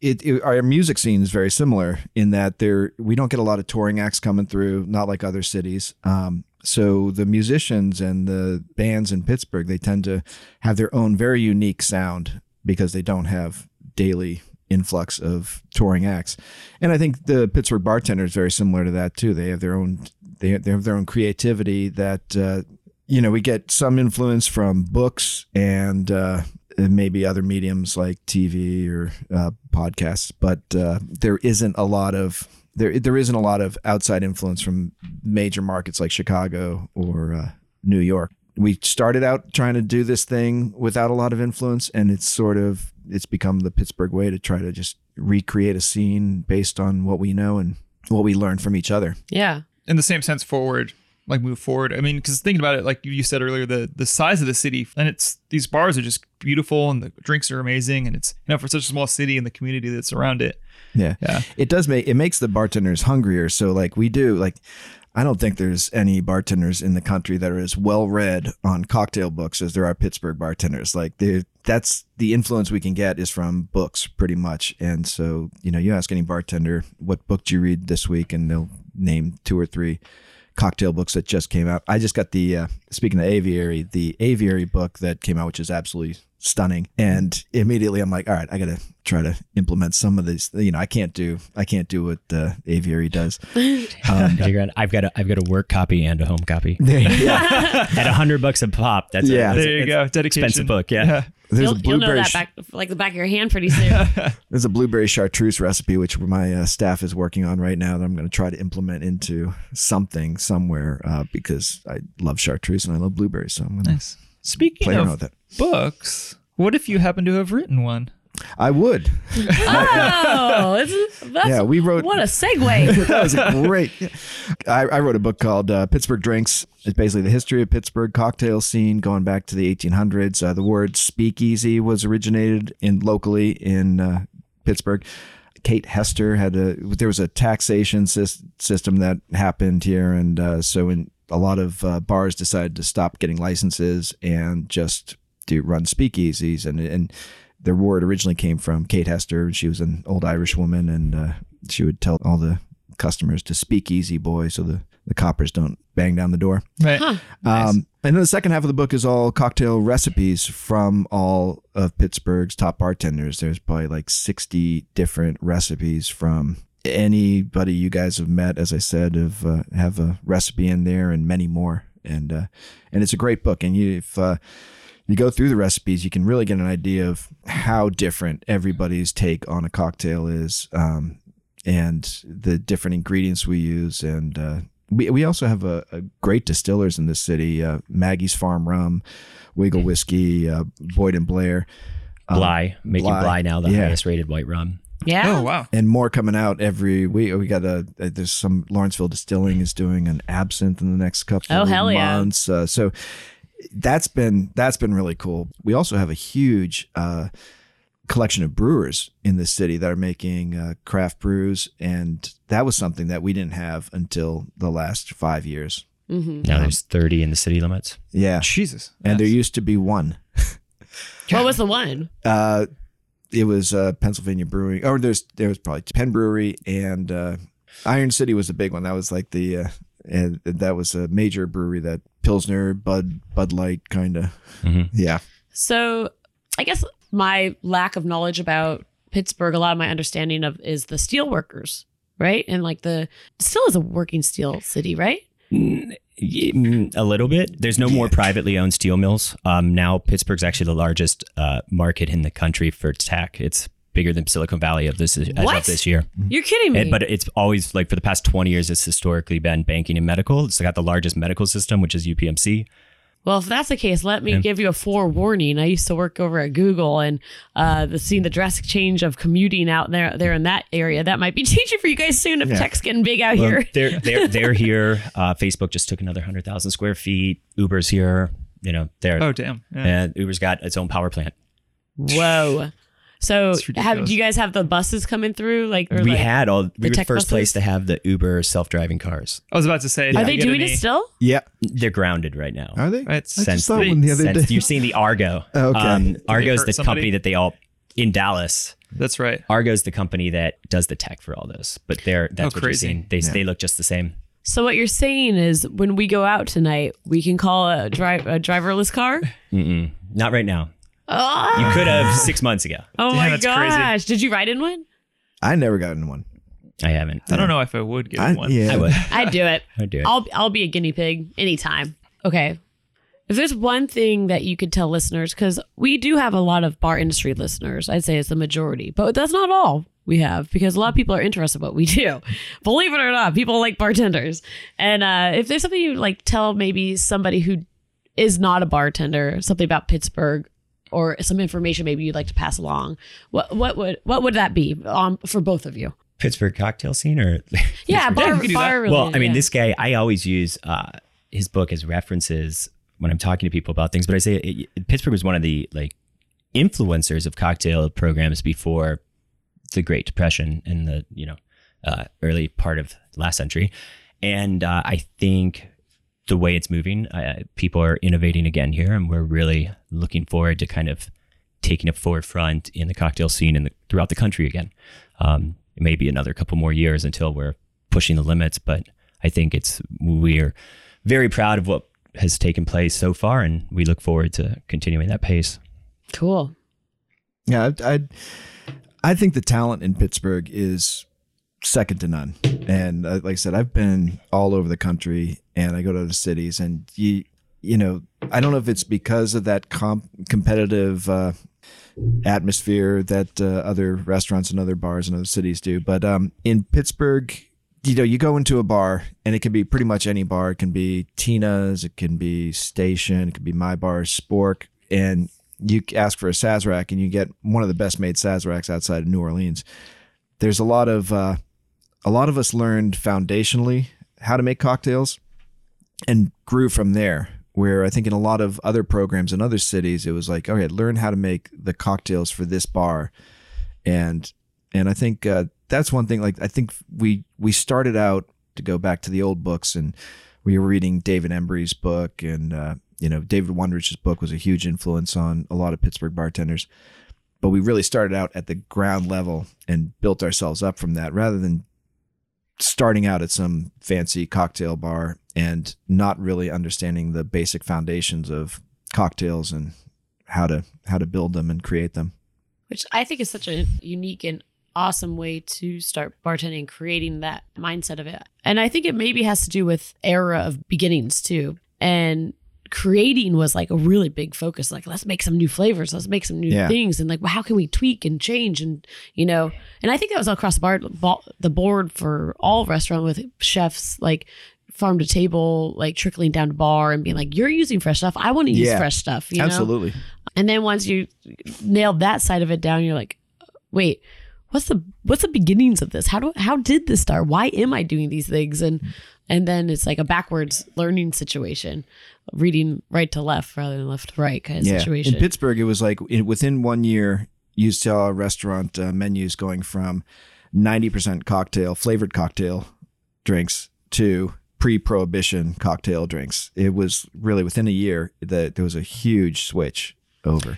S3: it, it- our music scene is very similar in that there we don't get a lot of touring acts coming through, not like other cities. Um, so the musicians and the bands in Pittsburgh they tend to have their own very unique sound because they don't have daily influx of touring acts, and I think the Pittsburgh bartender is very similar to that too. They have their own they they have their own creativity that uh, you know we get some influence from books and. Uh, and maybe other mediums like TV or uh, podcasts, but uh, there isn't a lot of there there isn't a lot of outside influence from major markets like Chicago or uh, New York. We started out trying to do this thing without a lot of influence, and it's sort of it's become the Pittsburgh way to try to just recreate a scene based on what we know and what we learn from each other.
S1: Yeah.
S2: in the same sense forward like move forward i mean because thinking about it like you- you said earlier the the size of the city and it's these bars are just beautiful and the drinks are amazing and it's you know for such a small city and the community that's around it
S3: Yeah.
S2: Yeah.
S3: It does make it makes the bartenders hungrier. So like we do like I don't think there's any bartenders in the country that are as well read on cocktail books as there are Pittsburgh bartenders. Like they that's the influence we can get is from books pretty much. And so, you know, you ask any bartender what book do you read this week and they'll name two or three cocktail books that just came out. I just got the uh, speaking of aviary, the aviary book that came out, which is absolutely stunning. And immediately I'm like, all right, I gotta try to implement some of these. You know, I can't do I can't do what uh, aviary does. Um,
S4: Figure out- I've got a, I've got a work copy and a home copy
S3: yeah,
S4: at a hundred bucks a pop. That's
S3: Yeah.
S4: a, that's
S2: there you
S4: a-
S2: go
S4: that's an
S2: dedication
S4: Expensive book, yeah.
S3: there's
S1: you'll,
S3: a
S1: you'll know
S3: blueberry
S1: that
S3: sh-
S1: back, like the back of your hand pretty soon.
S3: there's a blueberry chartreuse recipe which my uh, staff is working on right now that I'm gonna try to implement into something somewhere uh, because I love chartreuse and I love blueberries, so I'm gonna
S2: nice speaking
S3: play around
S2: of
S3: with it.
S2: books what if you happen to have written one
S3: I would.
S1: oh, it's, that's,
S3: Yeah, we wrote
S1: what a segue.
S3: that was great. I, I wrote a book called uh, Pittsburgh Drinks. It's basically the history of Pittsburgh cocktail scene going back to the 1800s. Uh, the word speakeasy was originated in locally in uh, Pittsburgh. Kate Hester had a there was a taxation sys- system that happened here, and uh, so in a lot of uh, bars decided to stop getting licenses and just do run speakeasies and and the word originally came from Kate Hester. She was an old Irish woman, and uh, she would tell all the customers to speak easy, boy, so the, the coppers don't bang down the door.
S2: right
S3: Um, and then the second half of the book is all cocktail recipes from all of Pittsburgh's top bartenders. There's probably like 60 different recipes from anybody you guys have met, as I said, have, uh, have a recipe in there and many more. And, uh, and it's a great book. And you, if, uh, you go through the recipes, you can really get an idea of how different everybody's take on a cocktail is. Um, and the different ingredients we use. And uh, we, we also have a, a great distillers in this city uh, Maggie's Farm Rum, Wiggle Whiskey, uh, Boyd and Blair. Um,
S4: Bly, making
S3: Bly.
S4: Bly now the
S3: Yeah.
S4: highest rated white rum.
S1: Yeah.
S2: Oh wow.
S3: and more coming out every week. We got a uh, there's some Lawrenceville Distilling is doing an absinthe in the next couple
S1: Oh,
S3: of
S1: hell yeah.
S3: months. Uh, so that's been that's been really cool. We also have a huge uh, collection of brewers in this city that are making uh, craft brews, and that was something that we didn't have until the last five years.
S1: hmm
S4: Now there's 30 in the city limits.
S3: Yeah,
S2: Jesus.
S3: and there
S2: That's-
S3: used to be one.
S1: What was the one?
S3: Uh, it was uh, Pennsylvania Brewing, or there's there was probably Penn Brewery and uh, Iron City was the big one. That was like the uh, and that was a major brewery that Pilsner, Bud, Bud Light, kind of.
S4: Mhm.
S3: Yeah,
S1: So, I guess my lack of knowledge about Pittsburgh, a lot of my understanding of is the steel workers, right? And like the still is a working steel city, right?
S4: Mm, y- mm, A little bit. There's no more privately owned steel mills. Um, now Pittsburgh's actually the largest uh, market in the country for tech. It's bigger than Silicon Valley of this as
S1: What?
S4: of this year.
S1: You're kidding me.
S4: It- but it's always like for the past 20 years, it's historically been banking and medical. It's got the largest medical system, which is UPMC.
S1: well, if that's the case, let me
S4: Yeah.
S1: give you a forewarning. I used to work over at Google, and uh, the seeing the drastic change of commuting out there, there in that area, that might be changing for you guys soon if
S3: Yeah.
S1: tech's getting big out
S3: Well,
S1: here.
S4: Um, They're they're they're here. Uh, Facebook just took another 100,000 square feet. Uber's here. You know, they're
S2: Oh damn. Yeah.
S4: and Uber's got its own power plant.
S1: Whoa. So,
S2: It's
S1: have,
S2: ridiculous.
S1: do you guys have the buses coming through? Like, or
S4: we
S1: like-
S4: had all we were the
S1: tech
S4: first place
S1: buses?
S4: to have the Uber self-driving cars.
S2: I was about to say. did
S1: Are
S2: you
S1: they
S2: get
S1: doing
S2: any-
S1: it still?
S3: yeah.
S4: They're grounded right now.
S3: Are they?
S2: It's
S3: I
S4: Since
S3: just saw
S4: they-
S3: one the other
S4: since-
S3: day.
S4: You've seen the Argo. Um,
S3: Okay.
S4: Argo's
S2: hurt
S4: the
S2: somebody?
S4: company that they all in Dallas.
S2: That's right.
S4: Argo's the company that does the tech for all this, but they're that's
S2: Oh,
S4: what you're
S2: crazy.
S4: seeing. They
S3: Yeah.
S4: they look just the same.
S1: So what you're saying is, when we go out tonight, we can call a drive a driverless car.
S4: Mm-mm. Not right now.
S1: Oh,
S4: You could have six months ago.
S1: oh
S2: Damn,
S1: my
S2: that's crazy.
S1: gosh! Did you ride in one?
S3: I never got in one.
S4: I haven't.
S2: I don't know if I would get
S3: I,
S2: one.
S3: yeah,
S4: I would.
S1: I'd do it.
S4: I'd do it.
S1: I'll I'll be a guinea pig anytime. Okay. If there's one thing that you could tell listeners, because we do have a lot of bar industry listeners, I'd say it's the majority, but that's not all we have because a lot of people are interested in what we do. Believe it or not, people like bartenders. And uh, if there's something you like, tell maybe somebody who is not a bartender something about Pittsburgh or some information maybe you'd like to pass along. What what would what would that be um, for both of you?
S4: Pittsburgh cocktail scene or
S1: Yeah,
S2: Yeah,
S1: bar,
S2: you could do that.
S1: bar
S4: well,
S1: related,
S4: I mean,
S1: yeah.
S4: this guy. I always use uh, his book as references when I'm talking to people about things. But I say it, it- Pittsburgh was one of the like influencers of cocktail programs before the Great Depression and the you know uh, early part of last century. And uh, I think the way it's moving, uh, people are innovating again here, and we're really looking forward to kind of taking a forefront in the cocktail scene in the, throughout the country again. Um, it may be another couple more years until we're pushing the limits, but I think it's we're very proud of what has taken place so far, and we look forward to continuing that pace.
S1: cool.
S3: yeah. I, I, I think the talent in Pittsburgh is second to none. And uh, like I said, I've been all over the country, and I go to other cities, and you, you know, I don't know if it's because of that comp- competitive uh, atmosphere that uh, other restaurants and other bars and other cities do, but um, in Pittsburgh. You know, you go into a bar and it can be pretty much any bar. It can be Tina's, it can be Station, it could be My Bar, Spork, and you ask for a Sazerac and you get one of the best made Sazeracs outside of New Orleans there's a lot of uh, a lot of us learned foundationally how to make cocktails and grew from there where i think in a lot of other programs in other cities it was like okay learn how to make the cocktails for this bar and and i think uh, that's one thing like i think we we started out to go back to the old books and we were reading david embry's book and uh, you know david wondrich's book was a huge influence on a lot of pittsburgh bartenders but we really started out at the ground level and built ourselves up from that rather than starting out at some fancy cocktail bar and not really understanding the basic foundations of cocktails and how to how to build them and create them
S1: which I think is such a unique and awesome way to start bartending, and creating that mindset of it. And I think it maybe has to do with era of beginnings too. And creating was like a really big focus. Like, let's make some new flavors, let's make some new
S3: Yeah.
S1: things, and like, well, how can we tweak and change? And you know, and I think that was across the bar, bo- the board for all restaurant with chefs like. Farm to table, like trickling down to bar and being like, you're using fresh stuff. I want to use
S3: Yeah.
S1: fresh stuff. You know? And then once you nailed that side of it down, you're like, wait, what's the what's the beginnings of this? How do how did this start? Why am I doing these things? And and then it's like a backwards learning situation, reading right to left rather than left to right kind of situation.
S3: In Pittsburgh, it was like in, within one year, you saw restaurant uh, menus going from 90% cocktail, flavored cocktail drinks to pre prohibition cocktail drinks. It was really within a year that there was a huge switch over.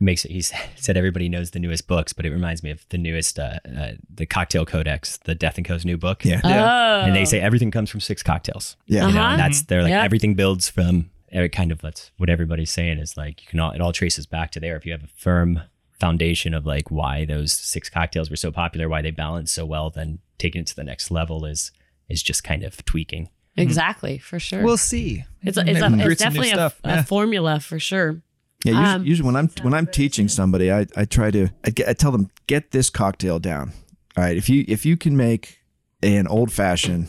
S4: makes it. He s- said everybody knows the newest books, but it reminds me of the newest, uh, uh, the Cocktail Codex, the Death and Co's new book.
S3: Yeah.
S1: Oh.
S4: and they say everything comes from six cocktails.
S3: Yeah.
S4: You know,
S1: Uh-huh.
S4: and that's they're like
S1: Yeah.
S4: everything builds from every kind of that's what everybody's saying is like you can all it all traces back to there if you have a firm foundation of like why those six cocktails were so popular, why they balance so well, then taking it to the next level is is just kind of tweaking.
S1: exactly for sure.
S2: We'll see.
S1: it's a, it's,
S2: Maybe
S1: a, it's
S2: recruit some new
S1: definitely a,
S2: stuff.
S1: a
S2: Yeah.
S1: formula for sure.
S3: Yeah, usually,
S1: Um,
S3: usually when I'm when I'm teaching somebody, I, I try to I, get, I tell them get this cocktail down. All right, if you if you can make an old fashioned,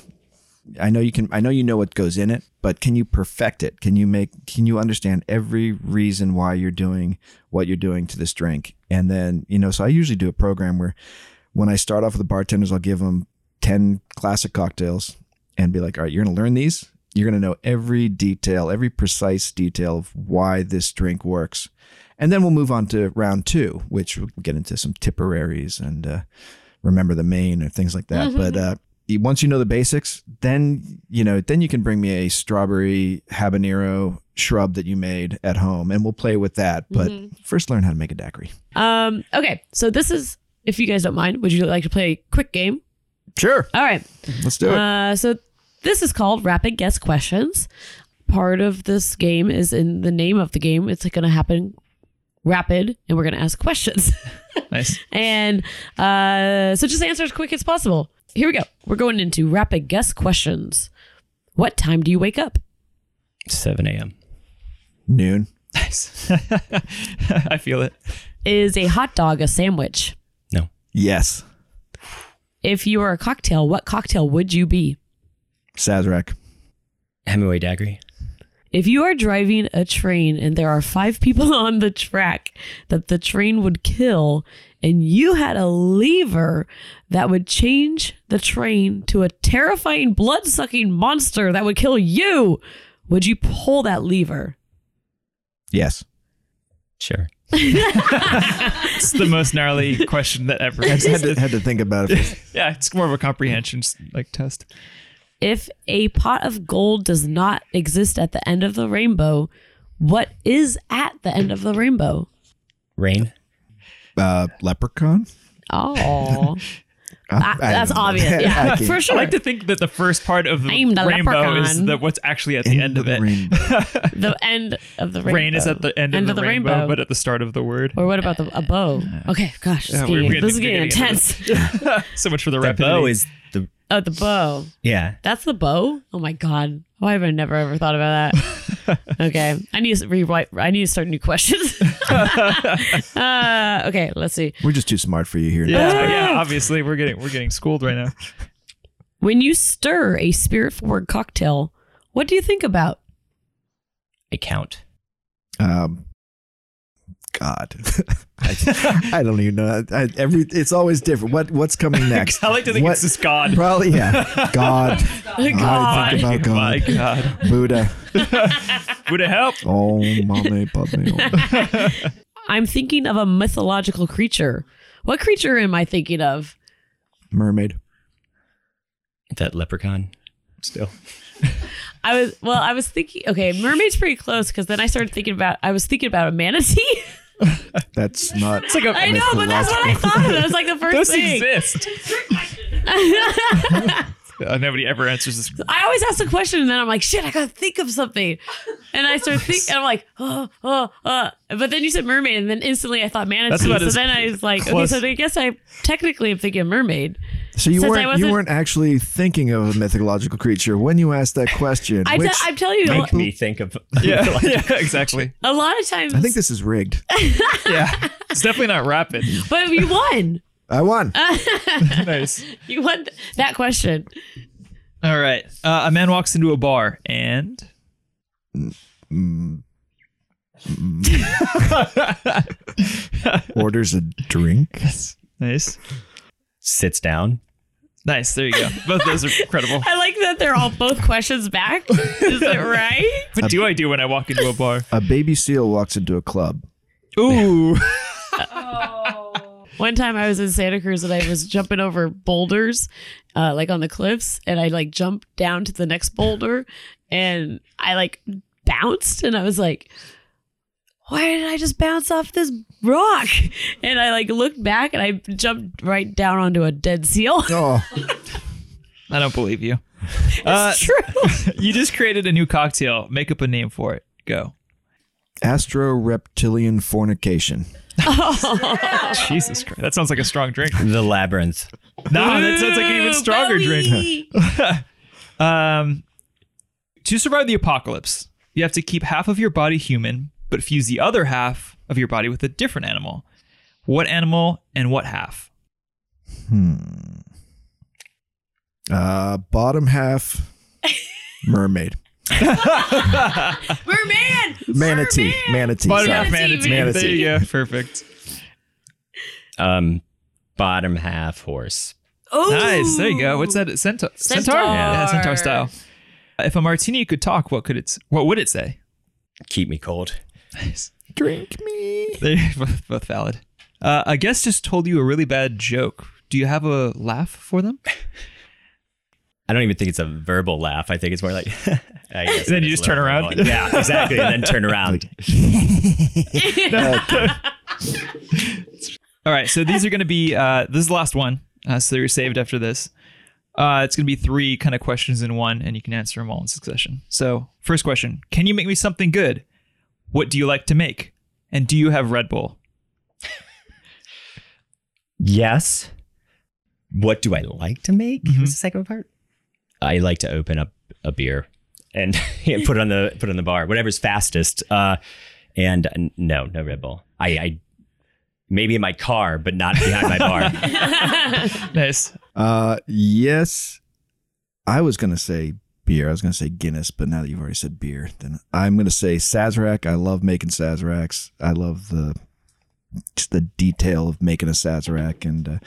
S3: I know you can. I know you know what goes in it, but can you perfect it? Can you make? Can you understand every reason why you're doing what you're doing to this drink? And then you know, so I usually do a program where when I start off with the bartenders, I'll give them ten classic cocktails and be like, all right, you're going to learn these. You're going to know every detail, every precise detail of why this drink works. And then we'll move on to round two, which we'll get into some Tipperaries and uh, remember the main and things like that. But uh, y- once you know the basics, then you know, then you can bring me a strawberry habanero shrub that you made at home, and we'll play with that. But first, learn how to make a daiquiri.
S1: Um, okay, so this is if you guys don't mind, would you like to play a quick game?
S3: Sure,
S1: All right.
S3: let's do it.
S1: Uh, so this is called rapid guess questions. Part of this game is in the name of the game. It's going to happen rapid, and we're going to ask questions.
S2: Nice.
S1: and uh, so just answer as quick as possible. Here we go. We're going into rapid guess questions. What time do you wake up?
S4: Seven AM.
S3: Noon.
S2: Nice. I feel it.
S1: Is a hot dog a sandwich?
S4: No.
S3: Yes,
S1: If you were a cocktail, what cocktail would you be?
S3: Sazerac.
S4: Hemingway Daiquiri.
S1: If you are driving a train and there are five people on the track that the train would kill, and you had a lever that would change the train to a terrifying, blood sucking monster that would kill you, would you pull that lever?
S3: Yes.
S4: Sure.
S2: It's the most gnarly question that ever.
S3: I had to, had to think about it. for-
S2: yeah, it's more of a comprehension like test.
S1: If a pot of gold does not exist at the end of the rainbow, what is at the end of the rainbow?
S4: Rain.
S3: Uh, leprechaun.
S1: Oh,
S3: I- I
S1: that's
S3: don't know.
S1: obvious.
S3: I
S1: Yeah,
S3: can't-
S1: for
S2: I
S1: sure.
S2: like to think that the first part of the
S1: I'm the
S2: rainbow is
S1: leprechaun.
S2: the, what's actually at the end of
S3: the
S2: it.
S3: rainbow.
S1: the end of the rainbow.
S2: Rain is at the end, of, the, rainbow, but at the start of the word.
S1: Or what about the a bow? Okay, gosh, this,
S2: Yeah,
S1: is
S2: we're-
S1: getting-
S2: we're
S1: this is
S2: getting-
S1: getting
S2: we're getting
S1: intense.
S2: so much for the
S4: The
S2: rapidity.
S4: bow is the
S1: oh, the bow.
S4: yeah.
S1: That's the bow. Oh my god, why have I never ever thought about that? okay, I need to rewrite. I need to start new questions. uh, okay, let's see.
S3: We're just too smart for you here.
S2: yeah, yeah, obviously we're getting we're getting schooled right now.
S1: When you stir a spirit-forward cocktail, what do you think about?
S4: I count.
S3: Um, God, I, I don't even know. I, every it's always different. What what's coming next?
S2: I like to think
S3: What-
S2: it's just God.
S3: probably yeah. God, I think about
S2: My
S3: God,
S2: God.
S3: Buddha.
S2: Would it help?
S3: Oh, mommy, oh. puppy.
S1: I'm thinking of a mythological creature. What creature am I thinking of?
S3: Mermaid.
S4: That leprechaun. Still.
S1: I was well. I was thinking. Okay, mermaid's pretty close because then I started thinking about. I was thinking about a manatee.
S3: That's not.
S2: It's like a
S1: I know, but that's what I thought. of. That was like the first
S2: those
S1: thing.
S2: exist. Uh, nobody ever answers this.
S1: I always ask a question and then I'm like, shit, I gotta think of something. And I start thinking, and I'm like, oh, oh, oh. But then you said mermaid, and then instantly I thought manatee.
S2: about
S1: so
S2: as
S1: then I was like,
S2: close-
S1: okay, so I guess I technically am thinking mermaid.
S3: So you
S1: Since I
S3: weren't you
S1: wasn't-
S3: weren't actually thinking of a mythological creature when you asked that question.
S1: I
S3: which
S1: te- I'm telling you,
S4: Make me think of
S2: Yeah, yeah, exactly.
S1: a lot of times,
S3: I think this is rigged.
S2: Yeah, it's definitely not rapid.
S1: but you won.
S3: I won.
S2: Nice.
S1: You won th- that question.
S2: All right. Uh, a man walks into a bar and
S3: Orders a drink.
S2: nice.
S4: sits down.
S2: Nice. There you go. Both those are incredible.
S1: I like that they're all both questions back. Is it right?
S2: What do I do when I walk into a bar?
S3: A baby seal walks into a club.
S2: Ooh.
S1: One time I was in Santa Cruz and I was jumping over boulders, uh, like on the cliffs, and I like jumped down to the next boulder and I like bounced and I was like, why did I just bounce off this rock? And I like looked back and I jumped right down onto a dead seal.
S3: Oh,
S2: I don't believe you. Uh,
S1: it's true.
S2: you just created a new cocktail. Make up a name for it. Go.
S3: astro reptilian fornication.
S2: Jesus Christ. That sounds like a strong drink.
S4: The labyrinth.
S2: No, that sounds like an even
S1: Ooh,
S2: stronger drink.
S1: Bowie.
S2: Um, to survive the apocalypse, you have to keep half of your body human, but fuse the other half of your body with a different animal. What animal and what half?
S3: Uh, bottom half, mermaid,
S1: Merman!
S3: manatee,
S1: Merman!
S3: manatee.
S2: Bottom
S3: sorry.
S2: half manatee.
S3: Manatee.
S2: There you go. Perfect.
S4: Um, bottom half horse.
S1: Ooh.
S2: Nice. There you go. What's that? Centaur.
S1: Centaur.
S2: Yeah, centaur style. If a martini could talk, what could it? What would it say?
S4: Keep me cold.
S3: Drink me.
S2: They're both, both valid. Uh, a guest just told you a really bad joke. Do you have a laugh for them?
S4: I don't even think it's a verbal laugh. I think it's more like. I guess
S2: Then
S4: it
S2: you
S4: is
S2: just turn
S4: a little
S2: around.
S4: verbal. Yeah, exactly. And then turn around.
S2: All right, so these are going to be uh, this is the last one, uh, so you're saved after this. Uh, it's going to be three kind of questions in one, and you can answer them all in succession. So, first question: Can you make me something good? What do you like to make? And do you have Red Bull?
S4: Yes. What do I like to make?
S2: Mm-hmm.
S4: What's the second part? I like to open up a beer and put it on the put it on the bar, whatever's fastest. Uh, and uh, no, no Red Bull. I, I maybe in my car, but not behind my bar.
S2: Nice.
S3: Uh, yes, I was gonna say beer. I was gonna say Guinness, but now that you've already said beer, then I'm gonna say Sazerac. I love making Sazeracs. I love the just the detail of making a Sazerac, and uh,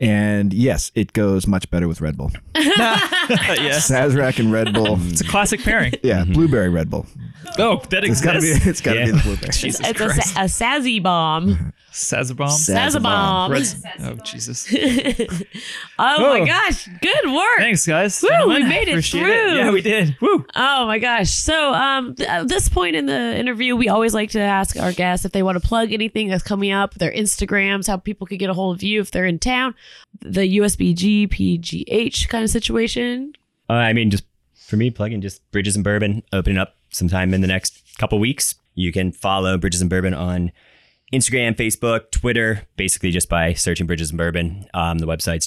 S3: and yes, it goes much better with Red Bull.
S2: yes.
S3: Sazerac and Red Bull.
S2: It's a classic pairing.
S3: Yeah, blueberry Red Bull.
S2: Oh, that
S3: It's gotta be.
S2: exists.
S3: It's gotta be the blueberry.
S2: Jesus
S1: it's a,
S2: Christ.
S1: sa- a sazzy bomb.
S2: Sazabomb.
S3: Sa- Sazza
S1: Sazza bomb.
S2: Red- oh Jesus!
S1: Oh,
S2: Oh.
S1: my gosh. Good work.
S2: Thanks, guys.
S1: Woo, we
S2: Gentlemen,
S1: made it
S2: appreciate
S1: through.
S2: Yeah, we did. Woo!
S1: Oh my gosh. So, um, th- at this point in the interview, we always like to ask our guests if they want to plug anything that's coming up, their Instagrams, how people could get a hold of you if they're in town, the USBG, PGH kind of situation.
S4: Uh, I mean, just for me, plugging just Bridges and Bourbon opening up sometime in the next couple weeks. You can follow Bridges and Bourbon on Instagram, Facebook, Twitter, basically just by searching Bridges and Bourbon. Um, the website's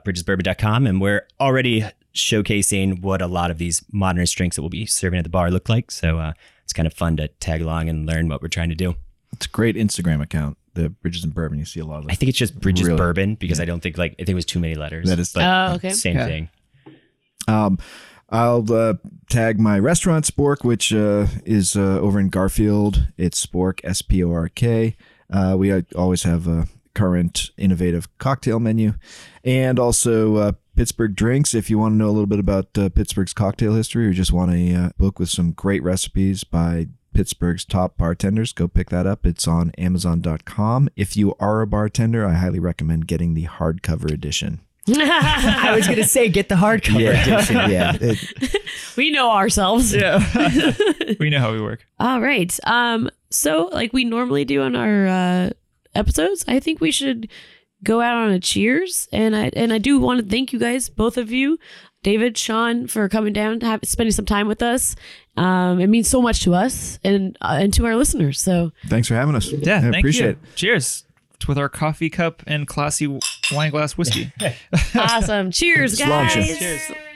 S4: www.bridgesbourbon.com, and we're already showcasing what a lot of these modernist drinks that we'll be serving at the bar look like. So uh, it's kind of fun to tag along and learn what we're trying to do.
S3: It's a great Instagram account. The Bridges and Bourbon. You see a lot of.
S4: I think it's just Bridges
S3: Really?
S4: Bourbon because I don't think like I think it was too many letters.
S3: That is-
S4: but
S1: Oh, okay.
S4: same
S2: Yeah.
S4: thing.
S3: Um, I'll uh, tag my restaurant Spork, which uh, is uh, over in Garfield. It's Spork, S P O R K. Uh, we uh, always have a current innovative cocktail menu, and also uh, Pittsburgh drinks. If you want to know a little bit about uh, Pittsburgh's cocktail history, or just want a uh, book with some great recipes by Pittsburgh's top bartenders, go pick that up. It's on Amazon.com. If you are a bartender, I highly recommend getting the hardcover edition.
S4: I was gonna say get the hardcover.
S3: edition, yeah. It-
S1: we know ourselves.
S2: Yeah, we know how we work.
S1: All right. Um, so like we normally do on our uh, episodes, I think we should go out on a cheers. And I and I do want to thank you guys, both of you, David, Sean, for coming down, have, spending some time with us. Um, it means so much to us and uh, and to our listeners. So
S3: Thanks for having us.
S2: Yeah,
S3: I
S2: thank
S3: appreciate
S2: you.
S3: it.
S2: Cheers with our coffee cup and classy w- wine glass whiskey.
S1: awesome! cheers, guys!
S3: Launches.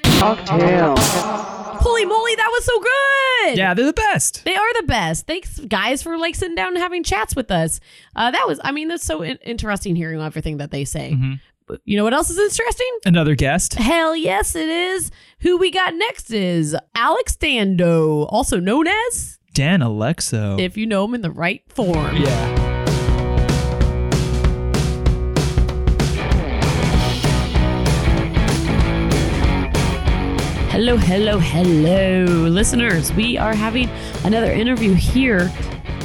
S1: Holy moly, that was so good!
S2: yeah, they're the best.
S1: They are the best. Thanks, guys, for like sitting down and having chats with us. Uh, that was, I mean, that's so in- interesting hearing everything that they say. But You know what else is interesting?
S2: Another guest.
S1: Hell yes, it is. Who we got next is Alex Dando, also known as,
S2: Dan Alexo. Mm-hmm.
S1: if you know him in the right form.
S2: yeah.
S1: Hello, hello, hello, listeners. We are having another interview here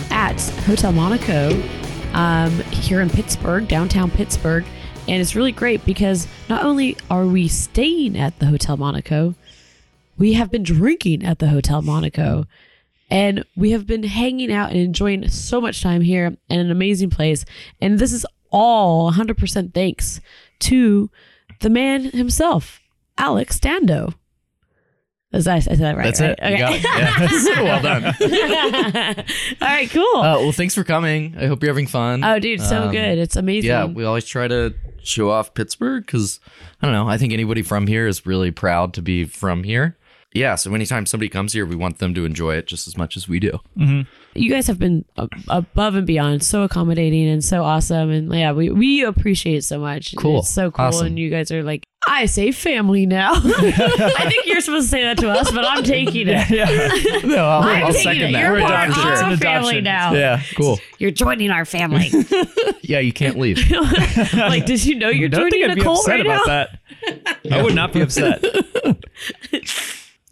S1: at Hotel Monaco, um, here in Pittsburgh, downtown Pittsburgh. And it's really great because not only are we staying at the Hotel Monaco, we have been drinking at the Hotel Monaco. And we have been hanging out and enjoying so much time here in an amazing place. And this is all 100% thanks to the man himself, Alex Dando. As I, I said that right.
S5: That's
S1: right?
S5: it. You got it. Yeah. well done.
S1: all right, cool.
S2: Um,
S5: Uh, well, thanks for coming. I hope you're having fun.
S1: oh, dude, so
S5: um,
S1: good. It's amazing.
S5: Yeah, we always try to show off Pittsburgh because I don't know. I think anybody from here is really proud to be from here. Yeah, so anytime somebody comes here, we want them to enjoy it just as much as we do.
S1: you guys have been a- above and beyond, so accommodating and so awesome. And yeah, we, we appreciate it so much.
S5: Cool.
S1: It's so cool.
S5: Awesome.
S1: And you guys are like, I say family now. I think you're supposed to say that to us, but I'm taking it.
S2: yeah.
S5: No, I'll,
S1: I'm taking it. You're
S2: We're
S1: part of
S2: adopted. It's
S1: our
S2: an
S1: family
S2: adoption.
S1: now.
S5: Yeah, cool.
S1: You're joining our family.
S5: Yeah, you can't leave.
S1: like, did you know you're
S2: I don't
S1: joining
S2: think
S1: a
S2: I'd be
S1: cult
S2: upset
S1: right now?
S2: about that. I would not be upset.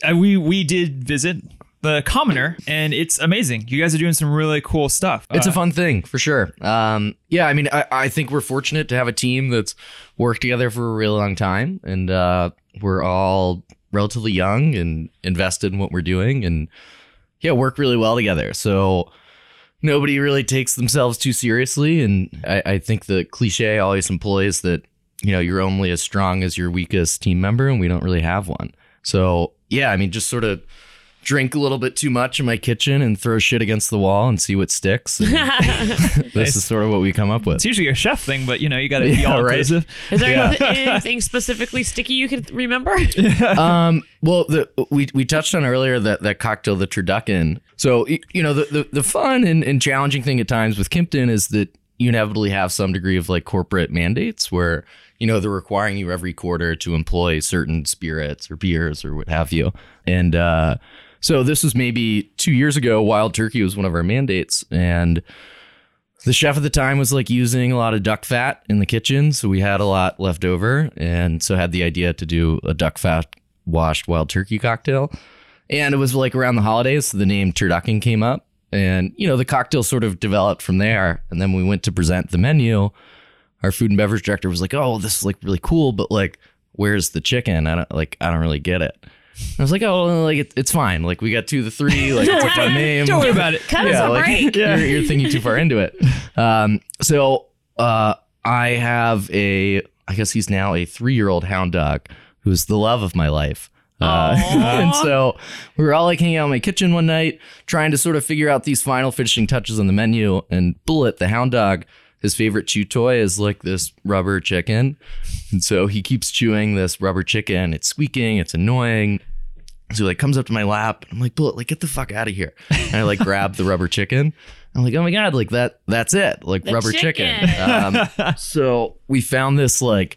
S2: Uh, we we did visit the commoner, and it's amazing. You guys are doing some really cool stuff.
S5: It's
S2: Uh,
S5: a fun thing for sure. Um, yeah, I mean, I, I think we're fortunate to have a team that's worked together for a really long time, and uh, we're all relatively young and invested in what we're doing, and yeah, work really well together. So nobody really takes themselves too seriously, and I, I think the cliche always employs that you know you're only as strong as your weakest team member, and we don't really have one. So yeah, I mean, just sort of drink a little bit too much in my kitchen and throw shit against the wall and see what sticks. And this is sort of what we come up with.
S2: it's usually a chef thing, but you know you got to be
S5: Yeah,
S2: all
S5: right.
S2: inclusive.
S1: Is there
S5: Yeah.
S1: anything specifically sticky you can remember?
S5: um, well, the, we we touched on earlier that that cocktail, the turducken. So y- you know the the, the fun and, and challenging thing at times with Kimpton is that you inevitably have some degree of like corporate mandates where you know they're requiring you every quarter to employ certain spirits or beers or what have you, and uh, so this was maybe two years ago. Wild Turkey was one of our mandates, and the chef at the time was like using a lot of duck fat in the kitchen, so we had a lot left over, and so had the idea to do a duck fat washed wild turkey cocktail. And it was like around the holidays, so the name turducken came up, and you know the cocktail sort of developed from there. And then we went to present the menu. Our food and beverage director was like, "Oh, this is like really cool, but like, where's the chicken? I don't like, I don't really get it." I was like, "Oh, like it, it's fine. Like we got two of the three. Like it's a fun name.
S2: Don't worry about it.
S1: Cut us a
S5: like,
S1: break.
S5: You're, you're thinking too far into it. Um, so uh, I have a, I guess he's now a three year old hound dog who's the love of my life. Uh,
S1: Aw.
S5: and so we were all like hanging out in my kitchen one night, trying to sort of figure out these final finishing touches on the menu. And Bullet, the hound dog, his favorite chew toy is like this rubber chicken. And so he keeps chewing this rubber chicken. It's squeaking, it's annoying. So he like comes up to my lap and I'm like, Bullet, like get the fuck out of here. And I like grab the rubber chicken. I'm like, oh my God, like that that's it. Like
S1: The
S5: rubber chicken.
S1: chicken.
S5: Um, so we found this like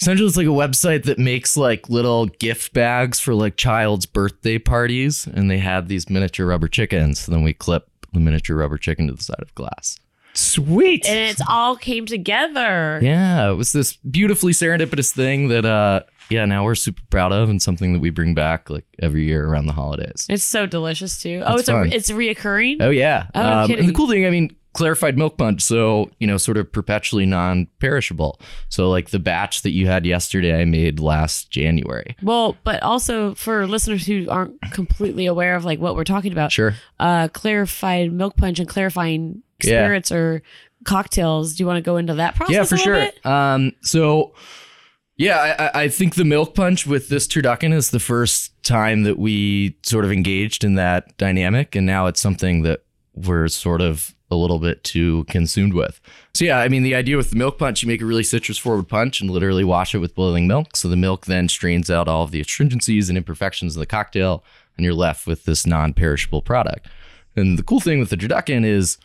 S5: essentially it's like a website that makes like little gift bags for like child's birthday parties. And they had these miniature rubber chickens. So then we clip the miniature rubber chicken to the side of glass.
S2: Sweet.
S1: And it's all came together.
S5: Yeah, it was this beautifully serendipitous thing that uh yeah, now we're super proud of and something that we bring back like every year around the holidays.
S1: It's so delicious too. oh,
S5: That's
S1: it's a,
S5: fun.
S1: it's reoccurring.
S5: Oh yeah.
S1: Oh, no
S5: um, and
S1: kidding.
S5: the cool thing, I mean, clarified milk punch, so you know, sort of perpetually non-perishable. So like the batch that you had yesterday, I made last January.
S1: Well, but also for listeners who aren't completely aware of like what we're talking about,
S5: Sure.
S1: uh, clarified milk punch and clarifying
S5: Yeah.
S1: spirits or cocktails. Do you want to go into that process?
S5: yeah,
S1: a
S5: for
S1: little
S5: sure.
S1: bit?
S5: Um, so yeah, I- I, I think the milk punch with this turducken is the first time that we sort of engaged in that dynamic, and now it's something that we're sort of a little bit too consumed with. So yeah, I mean the idea with the milk punch, you make a really citrus forward punch and literally wash it with boiling milk. So the milk then strains out all of the astringencies and imperfections of the cocktail, and you're left with this non-perishable product. And the cool thing with the turducken is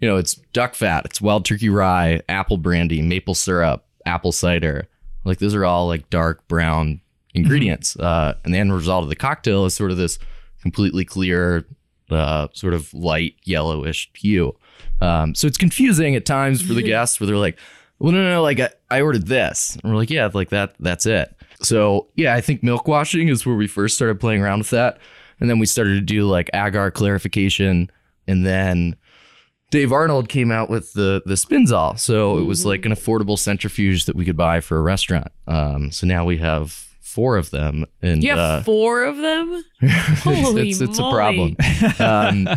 S5: you know, it's duck fat, it's wild turkey rye, apple brandy, maple syrup, apple cider. Like those are all like dark brown ingredients. Uh, and the end result of the cocktail is sort of this completely clear, uh, sort of light yellowish hue. Um, so it's confusing at times for the guests where they're like, well, no, no, no, like I, I ordered this. And we're like, yeah, like that, that's it. So yeah, I think milk washing is where we first started playing around with that, and then we started to do like agar clarification, and then Dave Arnold came out with the the Spinzall. So it was
S1: Mhm.
S5: like an affordable centrifuge that we could buy for a restaurant. Um, so now we have four of them, and
S1: You have
S5: uh,
S1: four of them? Holy
S5: it's, it's, it's a problem. Um,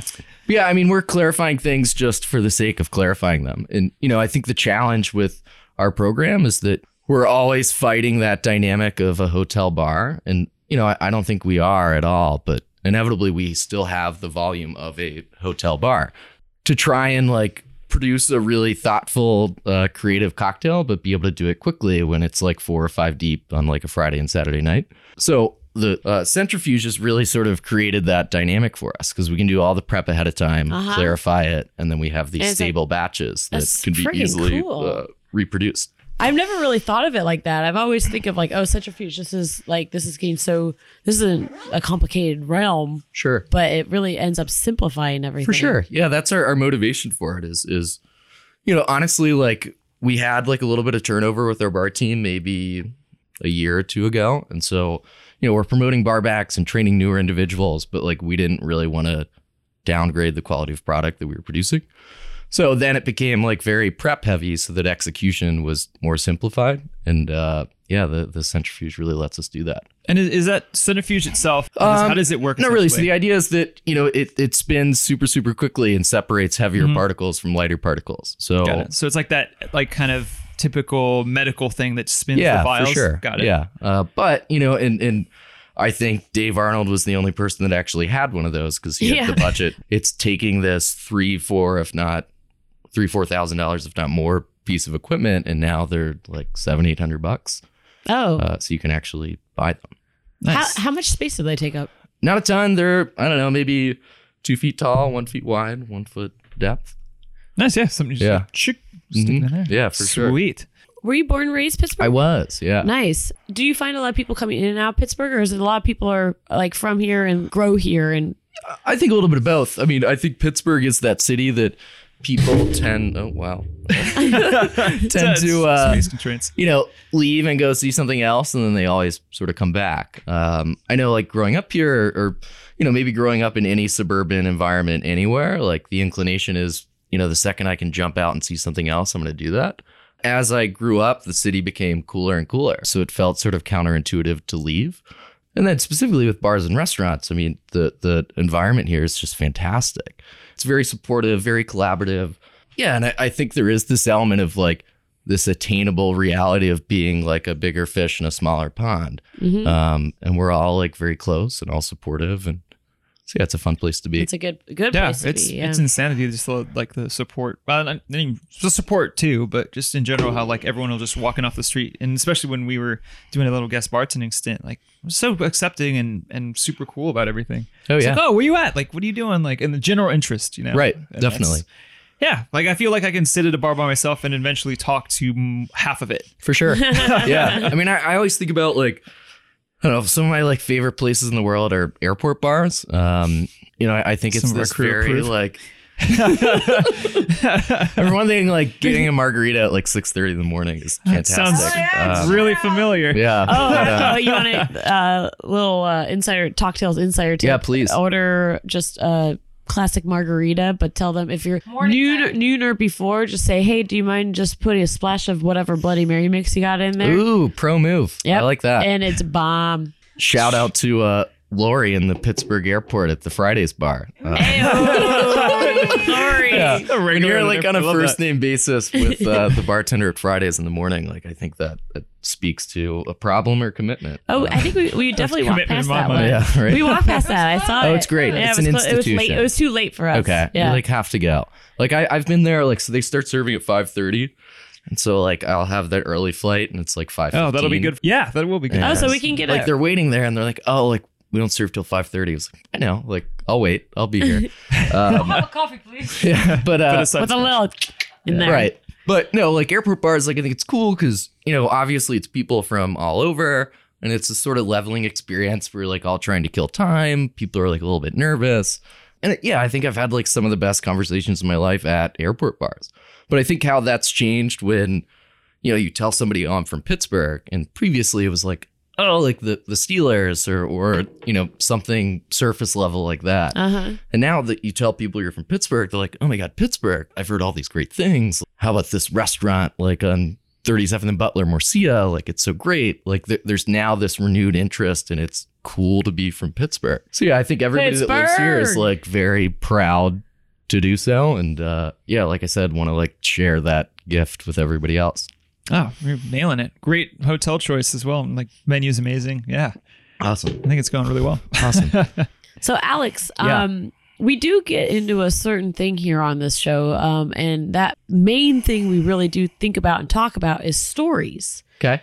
S5: yeah, I mean, we're clarifying things just for the sake of clarifying them. And, you know, I think the challenge with our program is that we're always fighting that dynamic of a hotel bar. And, you know, I, I don't think we are at all, but inevitably we still have the volume of a hotel bar to try and like produce a really thoughtful, uh, creative cocktail, but be able to do it quickly when it's like four or five deep on like a Friday and Saturday night. So the uh, centrifuge has really sort of created that dynamic for us because we can do all the prep ahead of time,
S1: Uh-huh.
S5: clarify it, and then we have
S1: And
S5: these
S1: it's like-
S5: stable batches that
S1: That's
S5: can be
S1: friggin'
S5: easily
S1: cool.
S5: uh, reproduced.
S1: I've never really thought of it like that. I've always think of like, oh, centrifuge. This is like this is getting so this is a complicated realm,
S5: Sure.
S1: but it really ends up simplifying everything.
S5: For sure. Yeah, that's our, our motivation for it is is you know, honestly, like we had like a little bit of turnover with our bar team maybe a year or two ago. And so, you know, we're promoting bar backs and training newer individuals, but like we didn't really want to downgrade the quality of product that we were producing. So then it became like very prep heavy so that execution was more simplified. And uh yeah, the, the centrifuge really lets us do that.
S2: And is, is that centrifuge itself? how does-
S5: Um,
S2: how does it work?
S5: No, really. So
S2: essentially?
S5: the idea is that you know it it spins super super quickly and separates heavier
S2: Mhm.
S5: particles from lighter particles. So
S2: Got it. So it's like that, like kind of typical medical thing that spins
S5: yeah,
S2: the
S5: for
S2: vials.
S5: sure.
S2: Got it.
S5: Yeah, uh, but you know, and and I think Dave Arnold was the only person that actually had one of those because he
S1: Yeah.
S5: had the budget. It's taking this three, four, if not three, four thousand dollars, if not more, piece of equipment, and now they're like seven, eight hundred bucks.
S1: Oh,
S5: Uh, so you can actually buy them.
S2: Nice.
S1: how, how much space do they take up?
S5: Not a ton. They're I don't know, maybe two feet tall, one feet wide, one foot depth.
S2: nice. Yeah. Something. Just
S5: Yeah.
S2: Like, chick, stick
S5: Mhm.
S2: that there.
S5: Yeah, for sure.
S2: Sweet.
S1: Were you born and raised Pittsburgh?
S5: I was, yeah.
S1: Nice. Do you find a lot of people coming in and out of Pittsburgh, or is it a lot of people are like from here and grow here? And
S5: I think a little bit of both. I mean, I think Pittsburgh is that city that people tend. Oh wow, tend
S2: That's
S5: to uh,
S2: space constraints.
S5: you know leave and go see something else, and then they always sort of come back. Um, I know, like growing up here, or, or you know maybe growing up in any suburban environment anywhere, like the inclination is you know the second I can jump out and see something else, I'm going to do that. As I grew up, the city became cooler and cooler, so it felt sort of counterintuitive to leave. And then specifically with bars and restaurants, I mean, the the environment here is just fantastic. It's very supportive, very collaborative. Yeah, and I, I think there is this element of like this attainable reality of being like a bigger fish in a smaller pond.
S1: Mhm.
S5: Um, and we're all like very close and all supportive. And so yeah, it's a fun place to be.
S1: it's a good good
S2: Yeah.
S1: place to
S2: It's
S1: be. Yeah.
S2: it's insanity. Just the, like the support. Well, not, not even, the support too, but just in general, how like everyone will just walking off the street, and especially when we were doing a little guest bartending stint, like so accepting and and super cool about everything.
S5: oh
S2: It's like, oh, where you at? Like, what are you doing? Like, in the general interest, you know?
S5: Right,
S2: And that's-
S5: definitely.
S2: Yeah, like I feel like I can sit at a bar by myself and eventually talk to mm, half of it.
S5: For sure. yeah. I mean, I, I always think about like, I don't know, some of my like favorite places in the world are airport bars. Um, you know, I, I think it's
S2: Some of our
S5: this
S2: crew
S5: very
S2: approve.
S5: like. I mean, one thing like getting a margarita at like six thirty in the morning is
S2: That
S5: fantastic.
S2: sounds
S5: Um,
S2: really familiar.
S5: yeah.
S1: Oh,
S5: but, uh,
S1: oh, you want a uh, little uh, insider cocktails insider tip?
S5: Yeah, please.
S1: Order just a classic margarita, but tell them if you're new noon or before, just say, "Hey, do you mind just putting a splash of whatever Bloody Mary mix you got in there?"
S5: uh, Ooh, pro move.
S1: Yep.
S5: I like that.
S1: And it's bomb.
S5: Shout out to uh, Lori in the Pittsburgh airport at the Fridays bar. Uh,
S1: Sorry.
S5: Yeah. when you're like on a
S2: I love
S5: first
S2: that.
S5: name basis with uh, the bartender at Fridays in the morning, like I think that, that speaks to a problem or commitment.
S1: Oh,
S5: Uh,
S1: I think we, we definitely walked past
S2: commitment in my
S1: that one.
S2: mind.
S5: yeah, right.
S1: We walked past that. I saw it.
S5: Oh, it's great.
S1: Yeah,
S5: It's
S1: it
S5: an
S1: was, clo- It was, late.
S5: institution.
S1: it was too late for us.
S5: okay,
S1: Yeah.
S5: you like have to go. Like I, I've been there. Like so, they start serving at five thirty, and so like I'll have that early flight, and it's like five.
S2: Oh, that'll be good. Yeah, that will be good.
S1: oh,
S5: Yeah.
S1: so we can get
S5: like
S1: a.
S5: they're waiting there, and they're like, oh, like we don't serve till five thirty. It's like I know. Like I'll wait. I'll be here. Um,
S1: a coffee, please.
S5: yeah, but uh,
S2: But it's like-
S1: With a little in there.
S5: Right. But no, like airport bars, like I think it's cool because, you know, obviously it's people from all over and it's a sort of leveling experience. We're like all trying to kill time. People are like a little bit nervous. And it- yeah, I think I've had like some of the best conversations in my life at airport bars. But I think how that's changed when, you know, you tell somebody, oh, I'm from Pittsburgh. And previously it was like, oh, like the the Steelers or or you know something surface level like that.
S1: Uh huh.
S5: And now that you tell people you're from Pittsburgh, they're like, oh my God, Pittsburgh. I've heard all these great things. How about this restaurant like on 37th and Butler, Morcia? Like it's so great. Like there, there's now this renewed interest and it's cool to be from Pittsburgh. So yeah, I think everybody that lives here is
S1: Pittsburgh!
S5: like very proud to do so. And uh, yeah, like I said, want to like share that gift with everybody else.
S2: Oh, we're nailing it. Great hotel choice as well. Like menu's amazing. Yeah.
S5: Awesome.
S2: I think it's going really well.
S5: Awesome.
S1: So Alex,
S2: Yeah.
S1: um we do get into a certain thing here on this show um and that main thing we really do think about and talk about is stories.
S5: okay.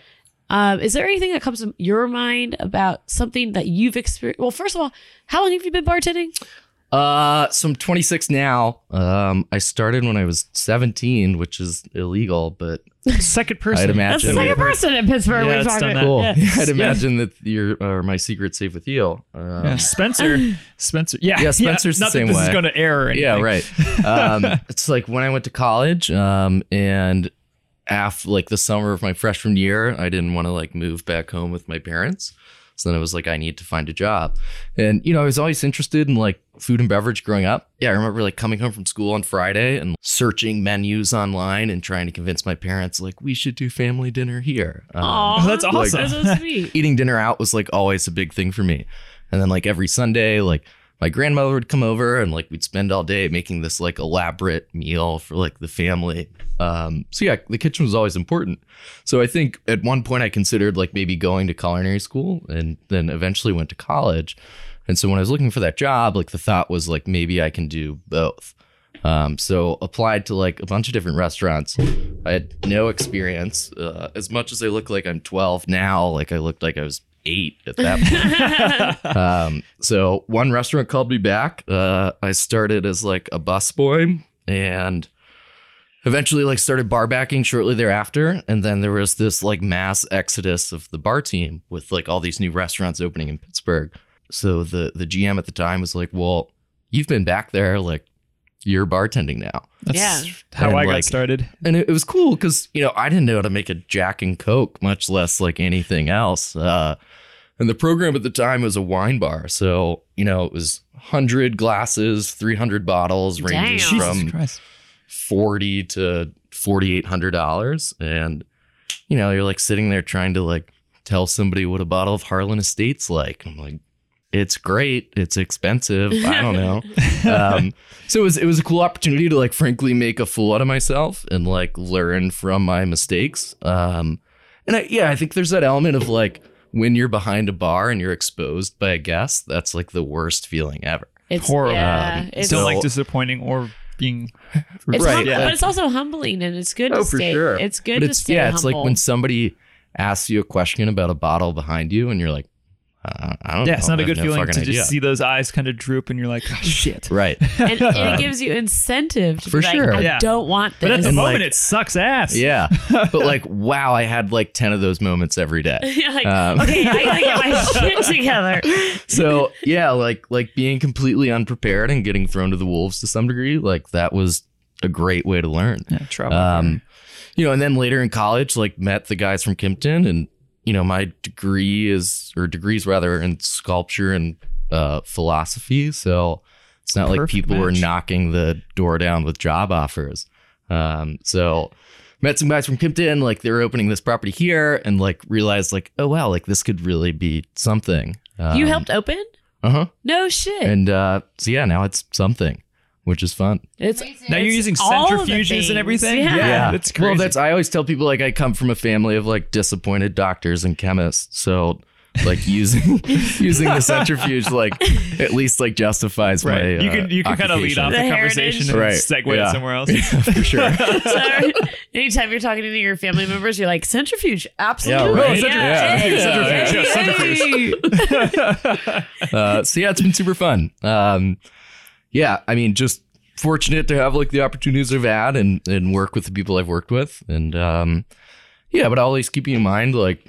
S1: Um is there anything that comes to your mind about something that you've experienced? Well, first of all, how long have you been bartending?
S5: Uh, so I'm 26 now. Um, I started when I was 17, which is illegal, but
S2: Second person.
S5: I'd
S1: That's the
S5: imagine.
S1: second person in Pittsburgh
S2: Yeah,
S1: we've
S2: it's
S1: talked
S2: done
S1: about.
S2: that.
S5: Cool.
S2: Yeah.
S5: I'd imagine that your or my secret's safe with you. Um,
S2: Yeah. Spencer. Spencer. Yeah.
S5: Yeah, Spencer's the
S2: Not
S5: same
S2: that this is
S5: way.
S2: going to error.
S5: Yeah, right. Um, it's like when I went to college, um, and after like the summer of my freshman year, I didn't want to like move back home with my parents. So then I was like, I need to find a job. And you know, I was always interested in like food and beverage growing up. Yeah, I remember like coming home from school on Friday and searching menus online and trying to convince my parents like we should do family dinner here. Um,
S1: Aw,
S2: Oh, that's awesome.
S1: That's so sweet.
S5: eating dinner out was like always a big thing for me. And then like every Sunday, like my grandmother would come over and like we'd spend all day making this like elaborate meal for like the family. Um, so yeah, the kitchen was always important. So I think at one point I considered like maybe going to culinary school and then eventually went to college. And so when I was looking for that job, like the thought was like maybe I can do both. Um, so applied to like a bunch of different restaurants. I had no experience. Uh, as much as I look like I'm 12 now, like I looked like I was eight at that point um, so one restaurant called me back. Uh, I started as like a busboy and eventually like started bar backing shortly thereafter. And then there was this like mass exodus of the bar team with like all these new restaurants opening in Pittsburgh. So the the GM at the time was like, "Well, you've been back there, like you're bartending now."
S2: That's
S1: Yeah.
S2: how
S5: And,
S2: I
S5: like,
S2: got started.
S5: and it, it was cool because you know I didn't know how to make a Jack and Coke, much less like anything else. Uh, and the program at the time was a wine bar, so you know it was hundred glasses, three hundred bottles, ranging
S1: Damn.
S2: Jesus
S5: from
S2: Christ.
S5: forty to forty eight hundred dollars, and you know you're like sitting there trying to like tell somebody what a bottle of Harlan Estates like. I'm like, it's great, it's expensive, I don't know um, so it was it was a cool opportunity to like frankly make a fool out of myself and like learn from my mistakes. Um, and I, yeah, I think there's that element of like when you're behind a bar and you're exposed by a guest, that's like the worst feeling ever.
S1: It's
S2: Horrible.
S1: Yeah,
S5: Um,
S1: it's,
S2: Don't
S5: so-
S2: like disappointing or being.
S1: it's
S5: Right,
S1: hum-
S5: yeah.
S1: but it's also humbling and it's good
S5: Oh,
S1: to
S5: for
S1: stay.
S5: sure.
S1: It's good
S5: But
S1: to
S5: it's
S1: stay
S5: yeah, it's like
S1: humble.
S5: when somebody asks you a question about a bottle behind you and you're like, I I don't.
S2: Yeah,
S5: know.
S2: it's not
S5: I
S2: a
S5: have
S2: good
S5: no
S2: feeling to
S5: fucking
S2: just
S5: idea."
S2: see those eyes kind of droop and you're like, oh, shit.
S5: Right.
S1: and, and it gives you incentive to
S5: For
S1: be like,
S5: sure.
S1: I
S2: Yeah.
S1: don't want this.
S2: But at the
S5: And,
S2: moment,
S5: like-
S2: it sucks ass.
S5: Yeah. But like, wow, I had like ten of those moments every day.
S1: You're like,
S5: Um,
S1: okay, I gotta get my shit together.
S5: so yeah, like like being completely unprepared and getting thrown to the wolves to some degree, like that was a great way to learn.
S2: Yeah, trouble.
S5: Um, you know, and then later in college, like met the guys from Kempton, and you know, my degree is or degrees rather in sculpture and uh, philosophy. So it's not like
S2: Perfect
S5: people were
S2: match.
S5: knocking the door down with job offers. Um, so met some guys from Kempton, like they were opening this property here, and like realized like, oh wow, like this could really be something.
S1: you
S5: Um,
S1: helped open?
S5: Uh huh.
S1: No shit.
S5: And uh, so yeah, now it's something, which is fun.
S1: it's
S2: now you're
S1: it's
S2: using
S1: all the
S2: centrifuges
S1: things,
S2: and everything.
S1: yeah.
S2: that's crazy.
S5: Well, that's I always tell people like I come from a family of like disappointed doctors and chemists, so like using using the centrifuge like at least like justifies
S2: right.
S5: my. uh,
S2: you can you can kind of lead off the,
S1: The
S2: conversation and
S5: heritage.
S2: segue
S5: Right.
S2: it
S5: Yeah.
S2: somewhere else.
S5: for sure.
S1: Sorry. Anytime you're talking to any of your family members, you're like, centrifuge, absolutely.
S5: right.
S2: Oh,
S1: Hey,
S2: centrifuge,
S1: hey,
S2: yeah, centrifuge.
S1: hey.
S5: uh, so yeah, it's been super fun. Um, yeah, I mean, just fortunate to have like the opportunities I've had and and work with the people I've worked with, and um, yeah, but always keeping in mind like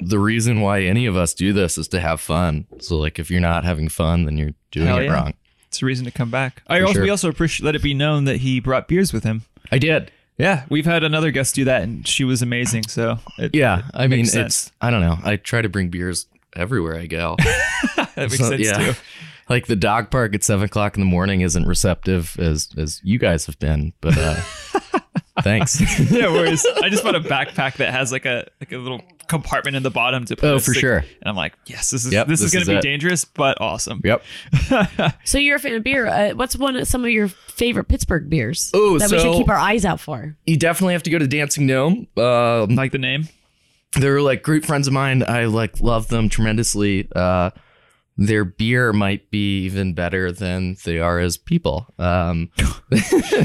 S5: the reason why any of us do this is to have fun. So like, if you're not having fun, then you're doing
S2: Hell
S5: it
S2: yeah.
S5: wrong.
S2: It's a reason to come back. I
S5: For
S2: also,
S5: sure.
S2: We also appreciate let it be known that he brought beers with him.
S5: I did.
S2: Yeah, we've had another guest do that, and she was amazing. So it,
S5: Yeah, I mean,
S2: makes
S5: it's I don't know. I try to bring beers everywhere I go.
S2: that makes
S5: So,
S2: sense
S5: yeah.
S2: too.
S5: Like the dog park at seven o'clock in the morning isn't receptive as as you guys have been, but uh, thanks.
S2: Yeah, whereas I just want a backpack that has like a like a little compartment in the bottom to put.
S5: Oh,
S2: a
S5: for
S2: stick-
S5: sure.
S2: And I'm like, yes, this is
S5: Yep,
S2: this,
S5: this
S2: is gonna
S5: is
S2: be
S5: it.
S2: dangerous, but awesome.
S5: Yep.
S1: So you're a fan of beer. Uh, what's one of some of your favorite Pittsburgh beers
S5: Oh,
S1: that we should
S5: so-
S1: keep our eyes out for?
S5: You definitely have to go to Dancing Gnome. Um,
S2: Like the name.
S5: they're like great friends of mine. I like love them tremendously. Uh, their beer might be even better than they are as people, um,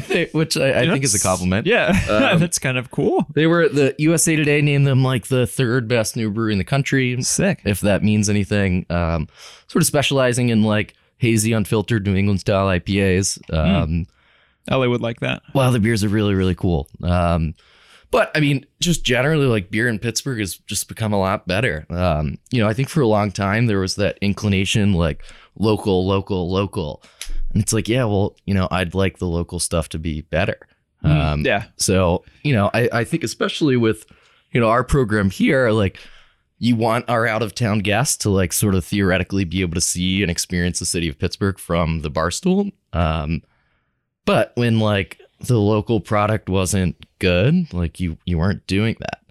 S5: they- which I, I think is a compliment.
S2: Yeah,
S5: Um,
S2: that's kind of cool.
S5: They were the USA Today named them like the third best new brewery in the country,
S2: Sick.
S5: if that means anything. Um, sort of specializing in like hazy, unfiltered New England style IPAs. Um,
S2: LA would like that.
S5: Wow, the beers are really, really cool. Um, but I mean, just generally, like beer in Pittsburgh has just become a lot better. Um, you know, I think for a long time there was that inclination, like local, local, local, and it's like, yeah, well, you know, I'd like the local stuff to be better. Um,
S2: yeah.
S5: so, you know, I, I think especially with, you know, our program here, like you want our out of town guests to like sort of theoretically be able to see and experience the city of Pittsburgh from the bar stool. Um, but when like the local product wasn't good, like you you weren't doing that.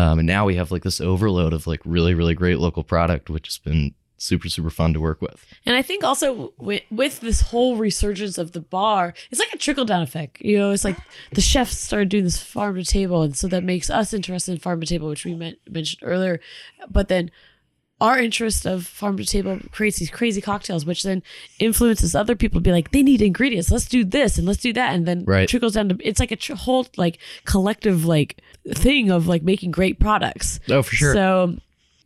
S5: Um, and now we have like this overload of like really, really great local product, which has been super, super fun to work with.
S1: And I think also with, with this whole resurgence of the bar, it's like a trickle down effect. You know, it's like the chefs started doing this farm to table, and so that makes us interested in farm to table, which we men- mentioned earlier. But then our interest of farm to table creates these crazy cocktails, which then influences other people to be like, they need ingredients. Let's do this and let's do that, and then
S5: Right.
S1: trickles down to it's like a tr- whole like collective like thing of like making great products.
S5: Oh, for sure.
S1: So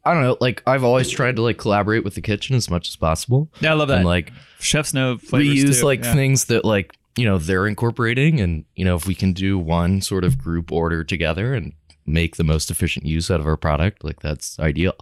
S5: I don't know. Like I've always tried to like collaborate with the kitchen as much as possible.
S2: Yeah, I love that.
S5: And like
S2: Chefs know
S5: we
S2: flavors
S5: use
S2: too.
S5: like
S2: Yeah.
S5: things that like you know they're incorporating and you know if we can do one sort of group order together and make the most efficient use out of our product like that's ideal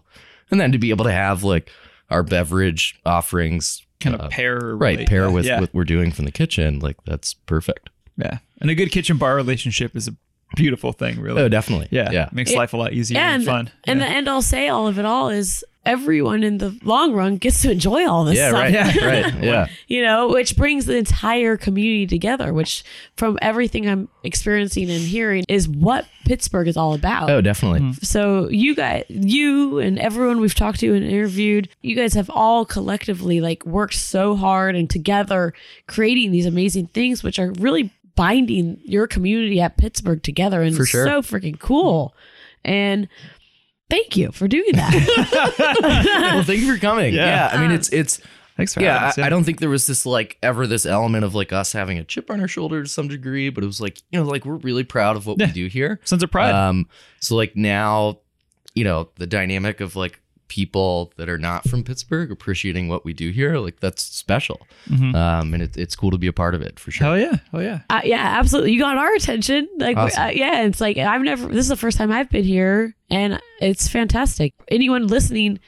S5: and then to be able to have like our beverage offerings
S2: kind
S5: uh,
S2: of pair or
S5: right
S2: relate.
S5: pair with
S2: yeah.
S5: what we're doing from the kitchen like that's perfect
S2: yeah. And a good kitchen bar relationship is a beautiful thing, really.
S5: oh definitely
S2: yeah.
S5: yeah
S2: Makes
S1: Yeah.
S2: life a lot easier
S1: Yeah,
S2: and,
S1: and-
S2: fun.
S1: And
S2: yeah.
S1: the end all say all of it all is everyone in the long run gets to enjoy all this
S5: yeah
S1: stuff.
S5: right right yeah
S1: You know, which brings the entire community together, which from everything I'm experiencing and hearing is what Pittsburgh is all about.
S5: oh definitely
S2: Hmm.
S1: So you guys you and everyone we've talked to and interviewed, you guys have all collectively like worked so hard and together creating these amazing things which are really binding your community at Pittsburgh together and
S5: For
S1: it's
S5: sure.
S1: so freaking cool. And thank you for doing that.
S5: well thank you for coming
S2: Yeah.
S5: yeah i mean it's it's
S2: Thanks for having
S5: yeah,
S2: us,
S5: I, I don't think there was this like ever this element of like us having a chip on our shoulder to some degree, but it was like you know like we're really proud of what we do here.
S2: Sense of pride.
S5: Um, so like now, you know the dynamic of like people that are not from Pittsburgh appreciating what we do here, like that's special.
S2: Mhm.
S5: Um, and it, it's cool to be a part of it for sure.
S2: Hell yeah. Hell yeah.
S1: uh, yeah, absolutely. You got our attention. Like we-
S5: Awesome.
S1: uh, yeah, it's like I've never this is the first time I've been here and it's fantastic. Anyone listening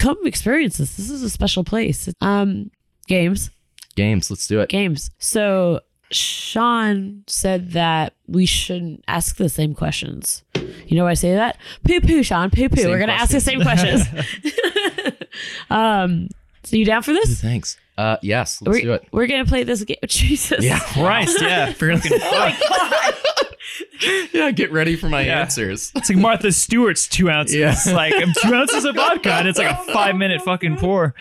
S1: come experience this. This is a special place. Um games
S5: Games, let's do it.
S1: games. So Sean said that we shouldn't ask the same questions. You know why I say that? Poo poo, Sean. Poo poo.
S5: Same
S1: We're gonna ask the same questions. um, so you down for this?
S5: Thanks. Uh, yes, let's
S1: We're,
S5: do it.
S1: we're gonna play this game. Jesus.
S5: Yeah,
S2: Christ, yeah.
S1: Oh
S5: yeah. Get ready for my
S2: Yeah.
S5: answers.
S2: It's like Martha Stewart's two ounces.
S5: Yeah.
S2: Like um, two ounces of vodka, and it's like a five minute fucking pour.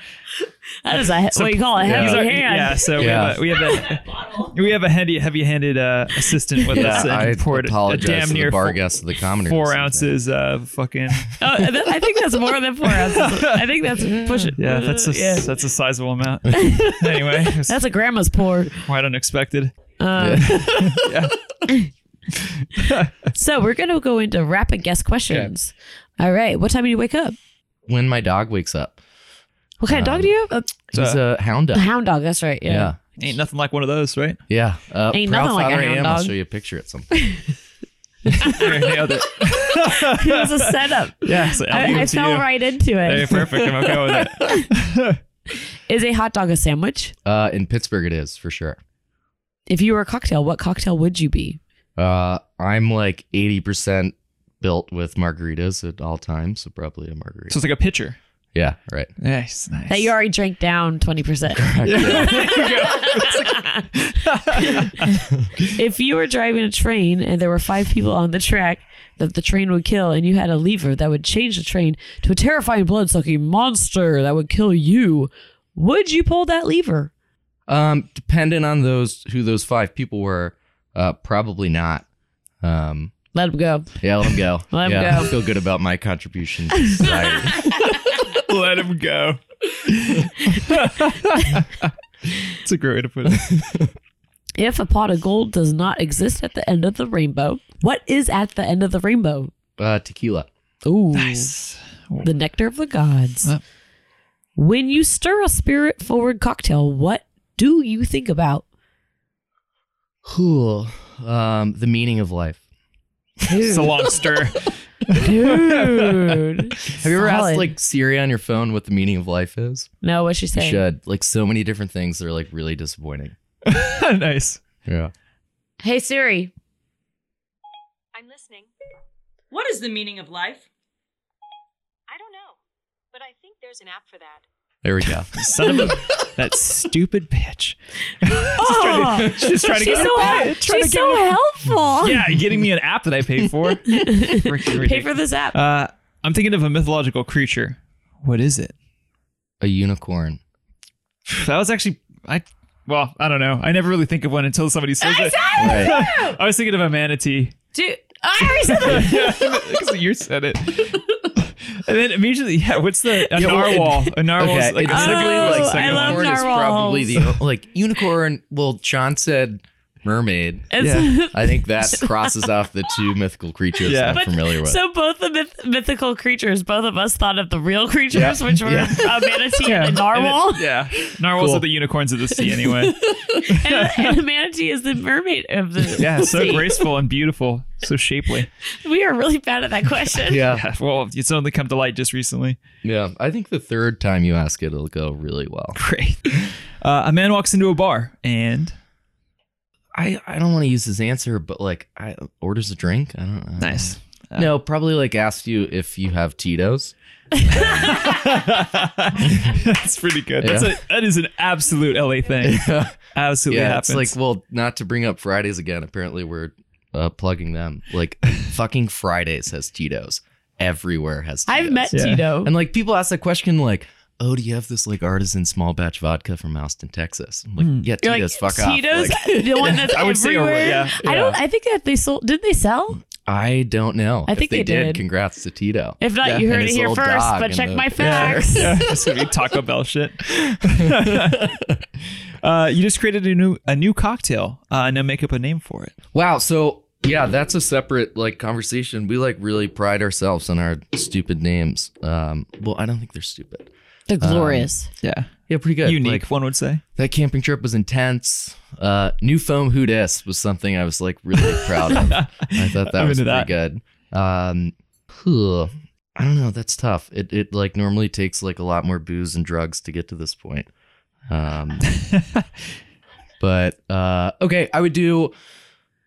S1: That is a he- what do you call it?
S5: Yeah.
S1: Heavy
S2: These are-
S1: hand.
S2: Yeah, so
S5: Yeah.
S2: we have a, we have a, we have a handy, heavy-handed uh, assistant with us. and
S5: I
S2: poured a- a
S5: apologize
S2: damn
S5: to
S2: near
S5: the bar
S2: four,
S5: guests of the commoners.
S2: four
S5: and things.
S2: ounces of fucking.
S1: Oh, th- I think that's more than four ounces. I think that's push it.
S2: Yeah, that's a
S1: Yeah.
S2: that's a sizable amount. anyway, it was
S1: That's a grandma's pour.
S2: quite unexpected.
S1: Um, so we're gonna go into rapid guess questions. All right. What time do you wake up?
S5: When my dog wakes up,
S1: What kind of dog do you have?
S5: he's a hound
S1: A
S5: dog.
S1: hound dog. That's right. Yeah.
S5: uh, Yeah.
S2: Ain't nothing like one of those, right?
S5: Yeah. Uh,
S1: Ain't
S5: Proud
S1: nothing like a
S5: Father
S1: hound
S5: AM. I'll
S1: dog.
S5: show you a picture at some point.
S2: There, nailed it.
S1: it was a setup.
S2: Yeah, so I'll give
S1: I,
S2: it
S1: I
S2: to
S1: fell
S2: you.
S1: right into
S2: Hey,
S1: it.
S2: perfect. I'm okay with it.
S1: Is a hot dog a sandwich?
S5: Uh, in Pittsburgh, it is for sure.
S1: If you were a cocktail, what cocktail would you be?
S5: Uh, I'm like 80% built with margaritas at all times, so probably a margarita.
S2: So it's like a pitcher.
S5: yeah, right.
S2: Nice, nice.
S1: That you already drank down 20%. if you were driving a train and there were five people on the track that the train would kill, and you had a lever that would change the train to a terrifying blood sucking monster that would kill you, would you pull that lever?
S5: Um, depending on those who those five people were, uh, probably not. Um,
S1: Let him go.
S5: yeah, let them go.
S1: Let 'em
S5: yeah,
S1: go.
S5: I feel good about my contribution. to society.
S2: Let him go. It's a great way to put it.
S1: If a pot of gold does not exist at the end of the rainbow, what is at the end of the rainbow?
S5: uh, tequila.
S1: Ooh,
S2: Nice.
S1: the nectar of the gods.
S2: Uh.
S1: When you stir a spirit forward cocktail, what do you think about?
S5: Cool. Um, the meaning of life.
S2: It's a long stir.
S1: Dude.
S5: Have you ever asked like Siri on your phone what the meaning of life is?
S1: No, what she
S5: You
S1: saying?
S5: should. Like so many different things that are like really disappointing.
S2: nice.
S5: Yeah.
S1: Hey Siri.
S6: I'm listening. What is the meaning of life? I don't know, but I think there's an app for that.
S5: There we go.
S2: Son of a that stupid bitch.
S1: Oh,
S2: She's trying to
S1: she's
S2: get
S1: so,
S2: back. Trying to
S1: she's so helpful.
S2: Yeah, getting me an app that I paid for.
S1: Pay for this app.
S2: Uh, I'm thinking of a mythological creature. What is it?
S5: A unicorn.
S2: That was actually I. Well, I don't know. I never really think of one until somebody says it.
S5: Right.
S2: I was thinking of a manatee.
S1: Dude, I already said that.
S2: because you said it. And then immediately, yeah. What's the a
S5: Yeah, well, it-
S2: narwhal? A narwhal.
S5: Okay.
S2: is like
S5: it's
S1: Oh,
S5: literally like
S1: I
S5: second
S1: love
S5: one is
S1: narwhals.
S5: probably the like unicorn. Well, John said mermaid.
S1: It's-
S5: I think that crosses off the two mythical creatures
S2: Yeah.
S5: I'm
S1: But-
S5: familiar with.
S1: So both the myth- mythical creatures, both of us thought of the real creatures, which were a manatee and a narwhal.
S2: And it- yeah, narwhals
S5: Cool.
S2: are the unicorns of the sea, anyway.
S1: and, and the manatee is the mermaid of the
S2: yeah, so
S1: sea.
S2: graceful and beautiful, so shapely.
S1: We are really bad at that question.
S5: yeah.
S2: Yeah, well, it's only come to light just recently.
S5: Yeah. I think the third time you ask it, it'll go really well.
S2: Great. Uh, a man walks into a bar and
S5: I, I don't want to use his answer, but like I orders a drink. I don't know.
S2: nice.
S5: No, probably like asks you if you have Tito's.
S2: That's pretty good. That's
S5: Yeah.
S2: a, that is an absolute LA thing. Absolutely
S5: yeah,
S2: happens.
S5: it's like well, not to bring up Fridays again. Apparently, we're uh, plugging them. Like fucking Fridays has Tito's. Everywhere has. Tito's.
S1: I've met
S2: Yeah.
S1: Tito.
S5: And like people ask that question like, "Oh, do you have this like artisan small batch vodka from Austin, Texas?" I'm like,
S2: Hmm.
S5: "Yeah,
S1: You're
S5: Tito's, fuck off."
S1: Tito's,
S5: Like,
S1: the one that's
S2: I would say a-
S1: everywhere.
S2: yeah,
S1: I don't.
S2: yeah.
S1: I think that they sold. Did they sell?
S5: I don't know.
S1: I
S5: If
S1: think
S5: they,
S1: they
S5: did.
S1: did.
S5: Congrats to Tito.
S1: If not,
S2: Yeah.
S1: you heard it
S5: And his
S1: here
S5: little
S1: first.
S5: dog
S1: But
S5: and
S1: check
S5: the-
S1: my
S5: Yeah.
S1: facts.
S2: Yeah, it's gonna be Taco Bell shit. uh, you just created a new a new cocktail. Uh, now make up a name for it.
S5: Wow. So yeah, that's a separate like conversation. We like really pride ourselves on our stupid names. Um, well, I don't think they're stupid.
S1: They're glorious.
S2: Yeah,
S5: Yeah, pretty good.
S2: unique.
S5: Like,
S2: one would say.
S5: that camping trip was intense. Uh, new foam who dis was something I was like really proud of. I thought that
S2: I'm
S5: was
S2: into
S5: pretty
S2: that.
S5: good. Um, huh. I don't know. That's tough. It it like normally takes like a lot more booze and drugs to get to this point. Um, but uh, okay, I would do.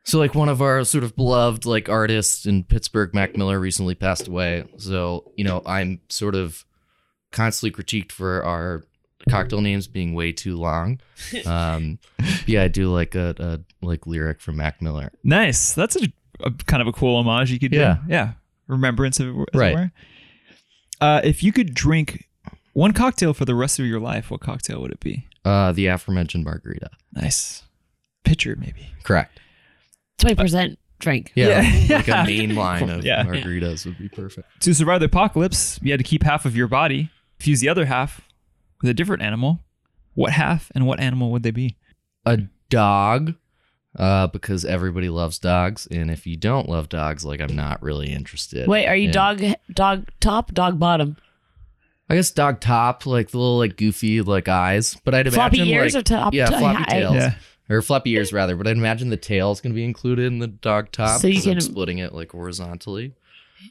S5: So like one of our sort of beloved like artists in Pittsburgh, Mac Miller, recently passed away. So you know I'm sort of constantly critiqued for our cocktail names being way too long. Um, yeah, I do like a, a like lyric from Mac Miller.
S2: Nice. That's a, a kind of a cool homage you could
S5: Yeah.
S2: do. Yeah. Remembrance of it.
S5: Right.
S2: Uh, if you could drink one cocktail for the rest of your life, what cocktail would it be?
S5: Uh, the aforementioned margarita.
S2: Nice. Pitcher, maybe.
S5: Correct.
S1: Twenty percent drink.
S5: Yeah,
S2: Yeah.
S5: like a main line of
S2: Yeah.
S5: margaritas would be perfect.
S2: To survive the apocalypse, you had to keep half of your body, fuse the other half with a different animal. What half and what animal would they be?
S5: A dog, uh, because everybody loves dogs, and if you don't love dogs, like I'm not really interested.
S1: Wait, are you
S5: in-
S1: dog dog top, dog bottom?
S5: I guess dog top, like the little like goofy like eyes, but I'd
S1: Floppy
S5: imagine
S1: ears
S5: like,
S1: or top-
S5: yeah,
S1: top-
S5: floppy
S1: I-
S5: tails
S2: Yeah.
S5: or floppy ears rather. But I'd imagine the tail's gonna be included in the dog top.
S1: So you
S5: 'cause I'm
S1: can-
S5: splitting it like horizontally.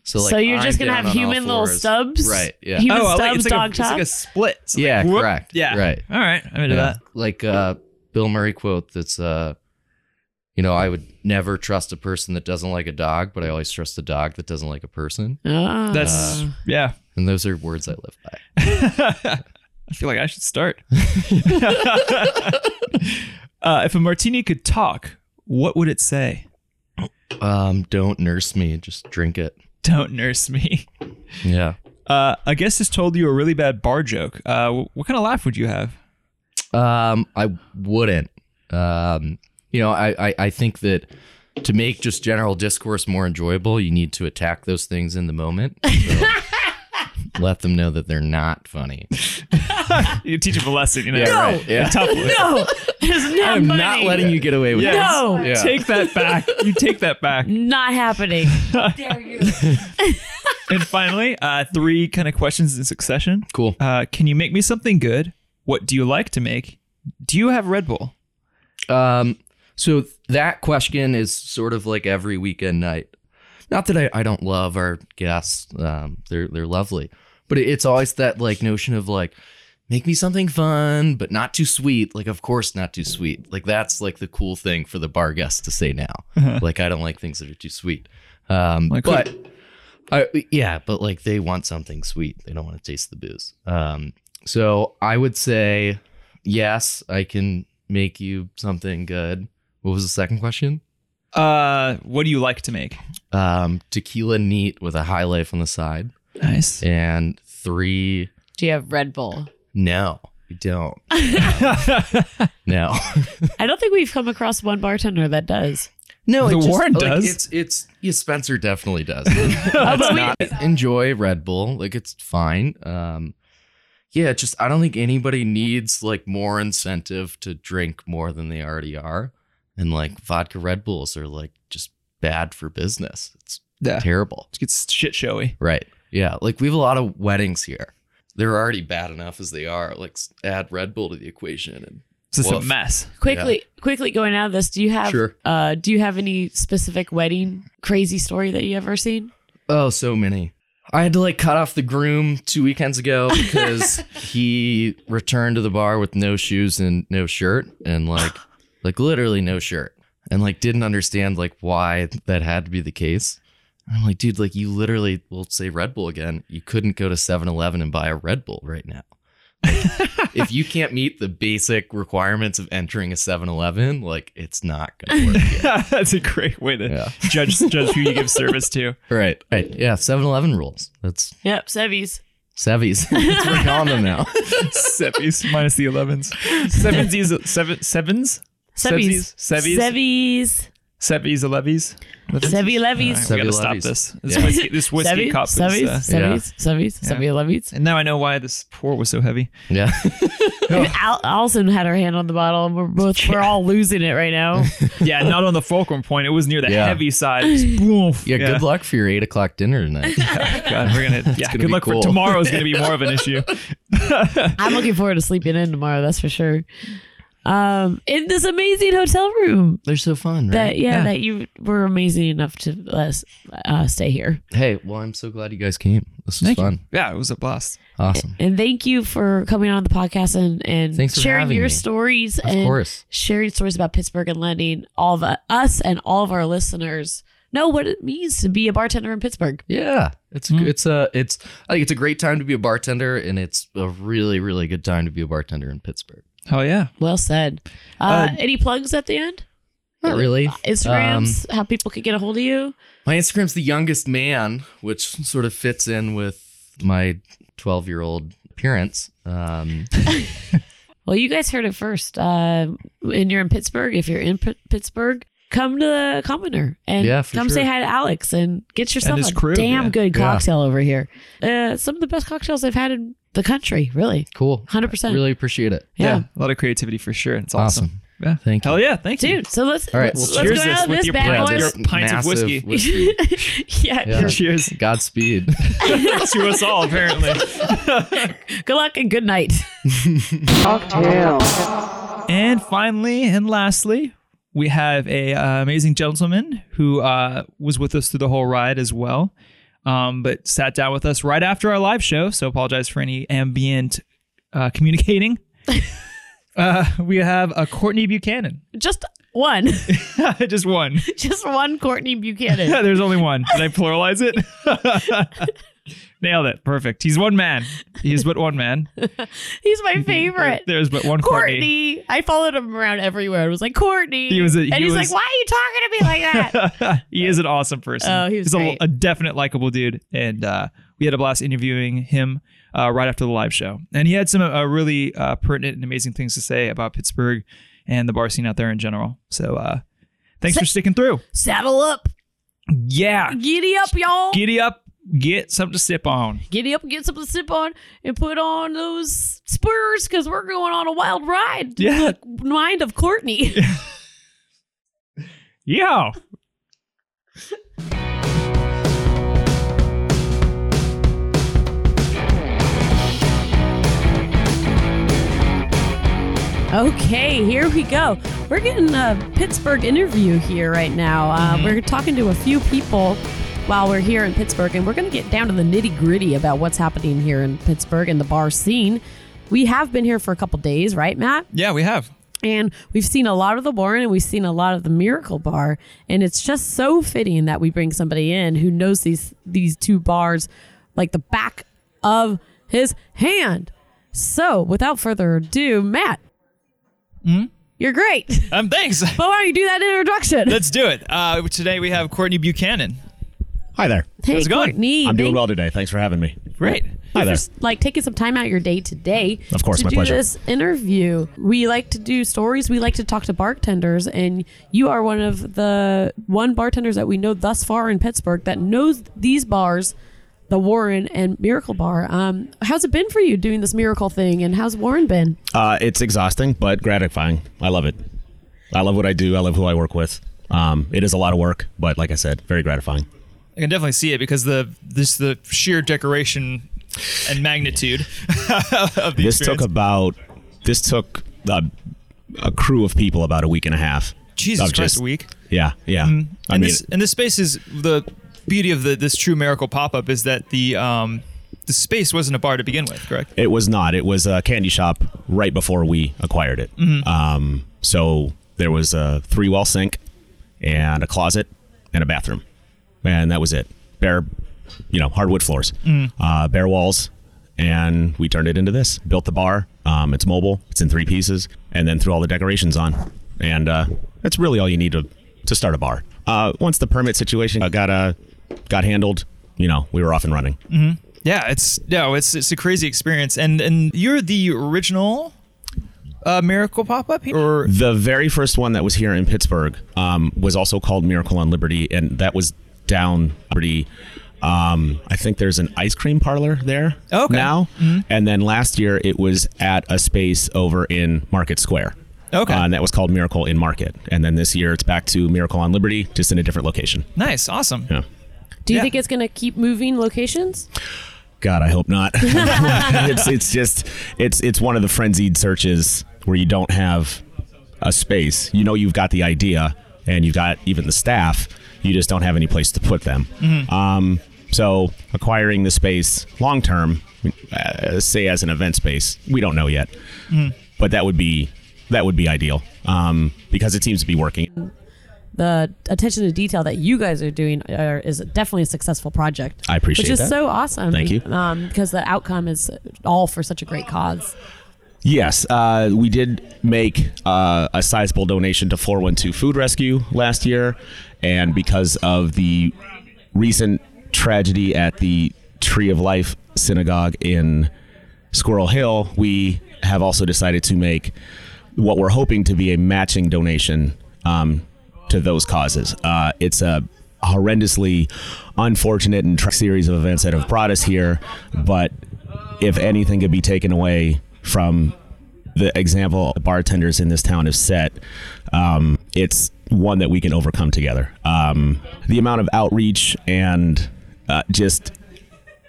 S5: So like
S1: so you're
S5: I'm
S1: just gonna
S5: down
S1: have
S5: on all
S1: human little
S5: fours.
S1: stubs,
S5: right? Yeah,
S1: Human
S2: Oh, I like-
S1: stubs,
S2: it's like
S1: dog
S2: a,
S1: top.
S2: It's like a split. So it's
S5: yeah,
S2: like, whoop.
S5: correct.
S2: Yeah.
S5: right.
S2: All right. I'm into
S5: Yeah.
S2: that.
S5: Like uh Bill Murray quote that's uh You know, I would never trust a person that doesn't like a dog, but I always trust a dog that doesn't like a person.
S1: Ah.
S2: That's yeah.
S5: And those are words I live by.
S2: I feel like I should start. uh, if a martini could talk, what would it say?
S5: Um, don't nurse me, just drink it.
S2: Don't nurse me.
S5: Yeah.
S2: Uh, a guest has told you a really bad bar joke. Uh, wh- what kind of laugh would you have?
S5: Um, I wouldn't. Um, you know, I, I, I think that to make just general discourse more enjoyable, you need to attack those things in the moment. So let them know that they're not funny.
S2: You teach them a lesson, you know?
S5: Yeah,
S2: right.
S5: right. Yeah.
S2: A tough one.
S1: no, it's not
S5: I'm not
S1: funny.
S5: letting you get away with
S2: Yes.
S5: that.
S1: No,
S5: Yeah.
S2: Take that back. You take that back.
S1: not happening.
S6: Dare you?
S2: And finally, uh, three kind of questions in succession.
S5: Cool.
S2: Uh, can you make me something good? What do you like to make? Do you have Red Bull?
S5: Um, so that question is sort of like every weekend night. Not that I, I don't love our guests. Um, they're they're lovely, but it- it's always that like notion of like make me something fun, but not too sweet. Like of course not too sweet. Like that's like the cool thing for the bar guests to say now.
S2: Uh-huh.
S5: Like I don't like things that are too sweet. Um,
S2: Like
S5: but I, yeah, but like they want something sweet. They don't want to taste the booze. Um, so I would say yes, I can make you something good. What was the second question?
S2: Uh, what do you like to make?
S5: Um, tequila neat with a high life on the side.
S2: Nice.
S5: And three,
S1: Do you have Red Bull?
S5: no, we don't.
S2: the
S5: No.
S1: I don't think we've come across one bartender that does.
S5: No,
S2: The
S5: it just-
S2: Warren
S5: like,
S2: does.
S5: It's it's yeah, Spencer definitely does. Let's not enjoy Red Bull. Like it's fine. Um yeah, it's just I don't think anybody needs like more incentive to drink more than they already are. And like vodka Red Bulls are like just bad for business. It's
S2: Yeah.
S5: terrible.
S2: It gets shit showy.
S5: Right. Yeah. Like we have a lot of weddings here. They're already bad enough as they are. Like s- add Red Bull to the equation and
S2: It's just
S5: Woof.
S2: a mess.
S1: Quickly, quickly going out of this. Do you have?
S5: Sure.
S1: Uh, do you have any specific wedding crazy story that you ever seen?
S5: Oh, so many. I had to like cut off the groom two weekends ago because he returned to the bar with no shoes and no shirt and like like literally no shirt and like didn't understand like why that had to be the case. And I'm like, dude, like you literally will say Red Bull again. You couldn't go to 7-Eleven and buy a Red Bull right now. Like, if you can't meet the basic requirements of entering a 7-Eleven, like it's not going to work.
S2: That's a great way to
S5: Yeah.
S2: judge judge who you give service to.
S5: Right. Right. Yeah, 7-Eleven rules. That's
S1: Yep, Sevies.
S5: Sevies. That's what we're calling them now.
S2: Seppies minus the 11s. Sevensies, seven, sevens?
S1: Sevies.
S2: Sevies?
S1: Sevies.
S2: Seppies, levies?
S1: Sevi
S2: All
S1: levies.
S2: right, we
S5: Sevy
S2: gotta stop
S5: levies.
S2: this. This
S5: Yeah.
S2: whiskey, this whiskey
S1: Sevi-
S2: cop is,
S1: Sevies.
S2: uh,
S1: Sevies. Sevies.
S2: Yeah.
S1: Sevi levies.
S2: and now I know why this pour was so heavy.
S5: Yeah.
S1: Al- Allison had her hand on the bottle, and we're both we're all losing it right now.
S2: Yeah, not on the fulcrum point. It was near the
S5: Yeah.
S2: heavy side. Just boom.
S5: Yeah, good luck for your eight o'clock dinner tonight.
S2: God, we're gonna. Yeah,
S5: gonna
S2: good
S5: be
S2: luck
S5: cool.
S2: for tomorrow's gonna be more of an issue.
S1: I'm looking forward to sleeping in tomorrow. That's for sure. Um, in this amazing hotel room
S5: They're so fun,
S1: that
S5: right?
S1: yeah,
S2: Yeah.
S1: that you were amazing enough to let us uh, stay here.
S5: hey, well, I'm so glad you guys came. This was
S2: Thank you.
S5: fun.
S2: Yeah, it was a blast.
S5: Awesome.
S1: And thank you for coming on the podcast and and
S5: Thanks for
S1: sharing
S5: having
S1: your
S5: me.
S1: stories
S5: Of
S1: and
S5: course.
S1: sharing stories about Pittsburgh and letting all of us and all of our listeners know what it means to be a bartender in Pittsburgh.
S5: Yeah, it's
S2: Mm.
S5: it's a it's I think it's a great time to be a bartender, and it's a really really good time to be a bartender in Pittsburgh.
S2: Oh yeah.
S1: Well said. Uh,
S2: Uh,
S1: any plugs at the end?
S5: Not really. Um,
S1: Instagrams, how people could get a hold of you.
S5: My Instagram's the youngest man, which sort of fits in with my 12 year old appearance. Um,
S1: Well, you guys heard it first. Uh, and you're in Pittsburgh. If you're in P- Pittsburgh, come to the Commoner and
S5: Yeah, for
S1: come say
S5: sure.
S1: hi to Alex and get yourself
S2: his
S1: a
S2: crew,
S1: damn
S2: yeah.
S1: good
S5: Yeah.
S1: cocktail over here. Uh, some of the best cocktails I've had in the country, really.
S5: cool.
S1: 100%.
S5: Really appreciate it.
S1: Yeah.
S2: a lot of creativity for sure. It's awesome.
S5: Awesome.
S2: Yeah,
S5: Thank you.
S2: Hell yeah, thank you.
S1: Dude, so let's,
S5: All right,
S1: let's,
S5: well,
S1: let's
S2: cheers
S1: go
S2: this
S1: out of
S2: with
S1: this
S2: your
S1: bad
S2: brand.
S1: boy.
S2: Your
S5: this
S2: pints of
S5: massive
S2: whiskey.
S1: yeah,
S5: Yeah.
S2: Cheers
S5: Godspeed.
S2: to us all. Apparently.
S1: Good luck and good night.
S2: And finally and lastly, we have a uh, amazing gentleman who uh, was with us through the whole ride as well, um, but sat down with us right after our live show. So apologize for any ambient uh, communicating. uh, we have a Courtney Buchanan.
S1: Just One.
S2: Just one.
S1: Just one Courtney Buchanan.
S2: There's only one. Did I pluralize it? Nailed it. Perfect. He's one man. He's but one man.
S1: He's my favorite.
S2: There's but one Courtney.
S1: Courtney. I followed him around everywhere. I was like, Courtney.
S2: He was a-
S1: and
S2: he
S1: he's like,
S2: was-
S1: why are you talking to me like that?
S2: he is an awesome person.
S1: Oh, he was
S2: He's a,
S1: great.
S2: a definite likable dude, and uh, we had a blast interviewing him uh, right after the live show. And he had some uh, really uh, pertinent and amazing things to say about Pittsburgh and the bar scene out there in general. So uh, thanks for sticking through.
S1: Saddle up.
S2: Yeah,
S1: Giddy up, y'all.
S2: giddy up, get something to sip on.
S1: Giddy up and get something to sip on and put on those spurs because we're going on a wild ride. to
S2: Yeah,
S1: the Mind of Courtney.
S2: yeah.
S1: Okay, here we go. We're getting a Pittsburgh interview here right now. Uh,
S2: Mm-hmm.
S1: We're talking to a few people while we're here in Pittsburgh, and we're going to get down to the nitty gritty about what's happening here in Pittsburgh and the bar scene. We have been here for a couple days, right, Matt?
S2: Yeah, we have.
S1: And we've seen a lot of the Warren and we've seen a lot of the Miracle Bar. And it's just so fitting that we bring somebody in who knows these these two bars like the back of his hand. So without further ado, Matt. You're great.
S2: Um, thanks.
S1: But why don't you do that introduction?
S2: Let's do it. Uh, today we have Courtney Buchanan.
S7: Hi there.
S1: hey,
S2: how's it going?
S1: Courtney,
S7: I'm doing
S1: thank
S7: well today. Thanks for having me.
S2: Great.
S7: Hi there.
S1: just like taking some time out of your day today
S7: Of course,
S1: to
S7: my
S1: do
S7: pleasure.
S1: this interview we like to do stories we like to talk to bartenders and you are one of the one bartenders that we know thus far in pittsburgh that knows these bars the warren and miracle bar um, how's it been for you doing this miracle thing and how's warren been
S7: Uh, it's exhausting, but gratifying. I love it. I love what I do. I love who I work with. Um, it is a lot of work, but like I said, very gratifying.
S2: I can definitely see it because the this the sheer decoration and magnitude of the
S7: This took
S2: experience.
S7: about this took uh, a crew of people about a week and a half.
S2: Jesus
S7: Of
S2: Christ
S7: just-
S2: a week. Mm-hmm.
S7: Yeah, yeah. I
S2: and
S7: mean,
S2: this and this space is the beauty of the this true miracle pop up is that the um the space wasn't a bar to begin with, correct?
S7: it was not. It was a candy shop right before we acquired it. Um, so there was a three well sink and a closet and a bathroom, and that was it. Bare, you know, hardwood floors, uh, bare walls, and we turned it into this. Built the bar. Um, it's mobile. It's in three pieces, and then threw all the decorations on, and uh, that's really all you need to to start a bar. Uh, once the permit situation uh, got uh, got handled, you know, we were off and running.
S2: Yeah, it's no, it's it's a crazy experience. And and you're the original uh, miracle pop up here or
S7: The very first one that was here in Pittsburgh um, was also called Miracle on Liberty, and that was down Liberty. Um, I think there's an ice cream parlor there
S2: Okay. Mm-hmm.
S7: now, and then last year it was at a space over in Market Square.
S2: Okay.
S7: Uh, and that was called Miracle in Market, and then this year it's back to Miracle on Liberty, just in a different location.
S2: nice, awesome.
S7: Yeah.
S1: do you
S2: Yeah.
S1: think it's going to keep moving locations
S7: God, I hope not. it's it's just it's it's one of the frenzied searches where you don't have a space. You know you've got the idea and you've got even the staff. You just don't have any place to put them. Um, so acquiring the space long term, uh, say as an event space, we don't know yet, but that would be that would be ideal um, because it seems to be working.
S1: the attention to detail that you guys are doing are, is definitely a successful project.
S7: I appreciate
S1: which is
S7: that.
S1: so awesome.
S7: Thank you.
S1: Um, because the outcome is all for such a great cause.
S7: Yes, uh, we did make uh, a sizable donation to 412 Food Rescue last year, and because of the recent tragedy at the Tree of Life Synagogue in Squirrel Hill, we have also decided to make what we're hoping to be a matching donation um, to those causes. Uh, it's a horrendously unfortunate and tra- series of events that have brought us here, but if anything could be taken away from the example bartenders in this town have set, um, it's one that we can overcome together. Um, the amount of outreach and uh, just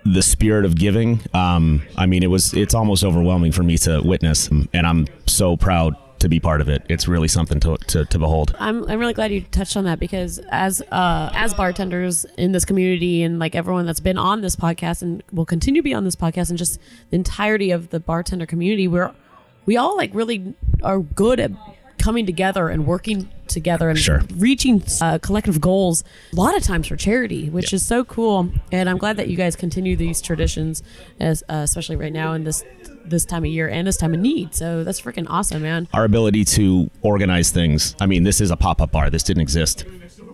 S7: the spirit of giving. Um, I mean, it was it's almost overwhelming for me to witness, and I'm so proud to be part of it. It's really something to, to, to behold.
S1: I'm, I'm really glad you touched on that because as uh, as bartenders in this community and like everyone that's been on this podcast and will continue to be on this podcast and just the entirety of the bartender community, we're we all like really are good at coming together and working together and
S7: Sure.
S1: reaching uh, collective goals a lot of times for charity which is so cool and i'm glad that you guys continue these traditions as uh, especially right now in this this time of year and this time of need so that's freaking awesome man
S7: Our ability to organize things. I mean, this is a pop up bar. This didn't exist,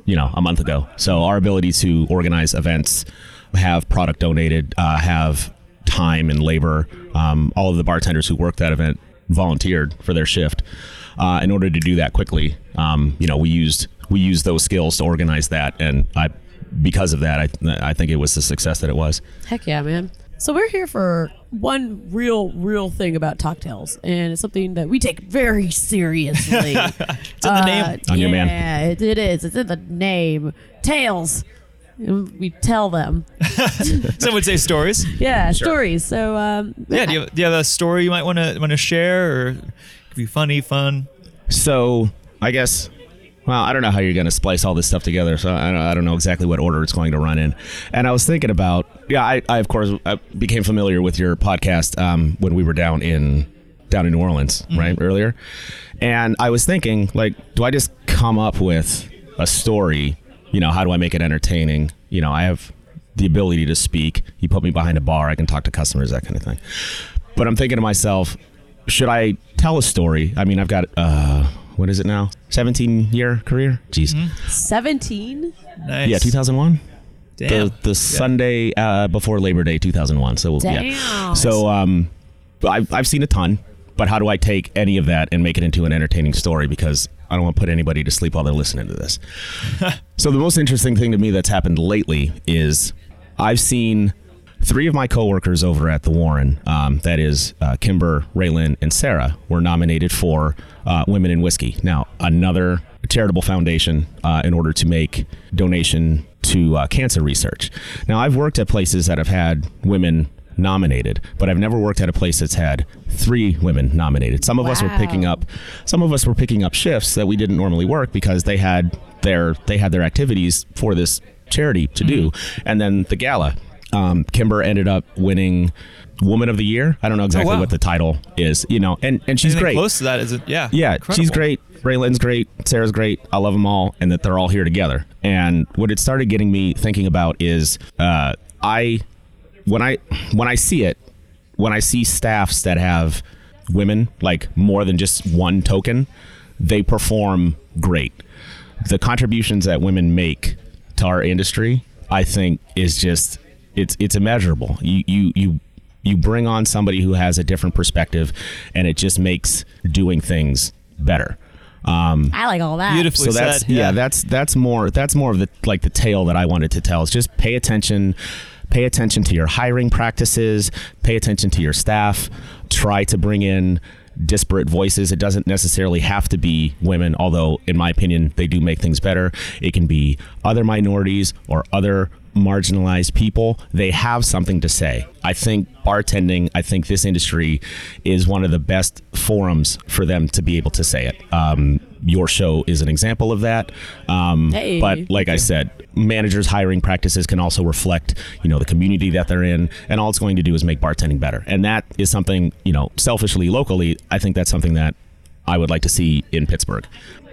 S7: you know, a month ago. So our ability to organize events, have product donated, uh, have time and labor. Um, all of the bartenders who worked that event volunteered for their shift. Uh, in order to do that quickly, um, you know, we used we used those skills to organize that, and I, because of that, I, I think it was the success that it was.
S1: Heck yeah, man. So we're here for one real, real thing about cocktails, and it's something that we take very seriously. it's in the name.
S7: On
S1: yeah,
S7: your man.
S1: it, it is. It's in the name. Tales. We tell them.
S2: Some would say stories.
S1: Yeah, stories. So um,
S2: Yeah. Do you, do you have a story you might want to want to share, or it could be funny, fun?
S7: So I guess, well, I don't know how you're going to splice all this stuff together. So I don't, I don't know exactly what order it's going to run in. And I was thinking about, yeah, I, I of course I became familiar with your podcast um, when we were down in down in New Orleans, right earlier. And I was thinking, like, do I just come up with a story? You know, how do I make it entertaining? You know, I have the ability to speak. You put me behind a bar, I can talk to customers, that kind of thing. But I'm thinking to myself, should I tell a story? I mean, I've got uh, what is it now? 17 year career. Mm-hmm. Jeez.
S1: seventeen.
S2: Nice.
S7: Yeah, 2001.
S2: Damn.
S7: The the Sunday uh, before Labor Day, 2001. So we'll- yeah.
S1: Damn.
S7: So um, I've I've seen a ton, but how do I take any of that and make it into an entertaining story? Because I don't want to put anybody to sleep while they're listening to this. so the most interesting thing to me that's happened lately is I've seen three of my coworkers over at the Warren, um, that is uh, Kimber, Raylan, and Sarah, were nominated for uh, Women in Whiskey. Now, another charitable foundation uh, in order to make donation to uh, cancer research. Now, I've worked at places that have had women nominated, but I've never worked at a place that's had three women nominated. Some of us were picking
S1: Wow.
S7: up some of us were picking up shifts that we didn't normally work because they had their they had their activities for this charity to do
S2: Mm-hmm.
S7: and then the gala um, kimber ended up winning woman of the year i don't know exactly
S2: Oh, wow.
S7: what the title is you know and and she's
S2: Anything
S7: great
S2: Close to that is it? Yeah.
S7: yeah, she's
S2: Incredible.
S7: great. Raylan's great. Sarah's great. I love them all, and that they're all here together. And what it started getting me thinking about is, uh, I when I when I see it, when I see staffs that have women like more than just one token, they perform great. The contributions that women make to our industry, I think, is just it's it's immeasurable. You you you you bring on somebody who has a different perspective, and it just makes doing things better. Um,
S1: I like all that.
S2: Beautifully
S7: so that's
S2: said.
S7: yeah. that's that's more that's more of the like the tale that I wanted to tell is just pay attention pay attention to your hiring practices pay attention to your staff try to bring in disparate voices it doesn't necessarily have to be women although in my opinion they do make things better it can be other minorities or other marginalized people they have something to say i think bartending i think this industry is one of the best forums for them to be able to say it um, your show is an example of that um,
S1: Hey.
S7: but like i said managers hiring practices can also reflect you know the community that they're in and all it's going to do is make bartending better and that is something you know selfishly locally i think that's something that i would like to see in pittsburgh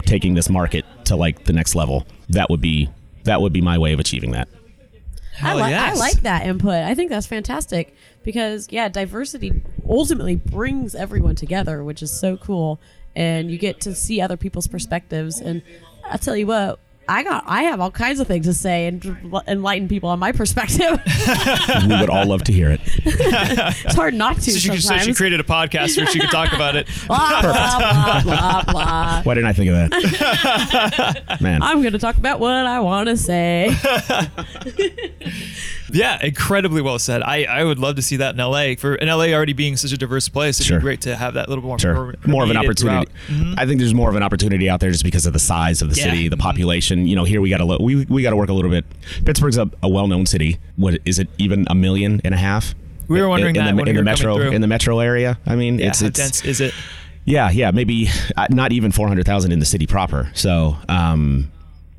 S7: taking this market to like the next level that would be that would be my way of achieving that
S1: I,
S2: Hell
S1: li-
S2: Oh, yes.
S1: I like that input. I think that's fantastic because, yeah, diversity ultimately brings everyone together, which is so cool. And you get to see other people's perspectives. And I'll tell you what, I got, I have all kinds of things to say and l- enlighten people on my perspective.
S7: we would all love to hear it
S1: it's hard not to
S2: So she, so
S1: sometimes.
S2: she created a podcast where she could talk about it.
S1: blah, blah, blah, blah, blah.
S7: why didn't i think of that man
S1: I'm going to talk about what I want to say.
S2: Yeah, incredibly well said. I, I would love to see that in LA. For in LA already being such a diverse place, it'd
S7: Sure.
S2: be great to have that little bit more Mm-hmm.
S7: Sure.
S2: permeated
S7: More of an opportunity.
S2: throughout.
S7: I think there's more of an opportunity out there just because of the size of the
S2: Yeah. Mm-hmm.
S7: city, the population. You know, here we got to lo- we we got to work a little bit. Pittsburgh's a, a well-known city. What is it? Even a million and a half?
S2: We were
S7: In-
S2: wondering
S7: in,
S2: that
S7: the,
S2: when
S7: in
S2: we
S7: the
S2: were coming
S7: metro
S2: through.
S7: in the metro area. I mean,
S2: Yeah,
S7: it's
S2: how
S7: it's
S2: dense is it?
S7: yeah, yeah, maybe uh, not even 400,000 in the city proper. So, um,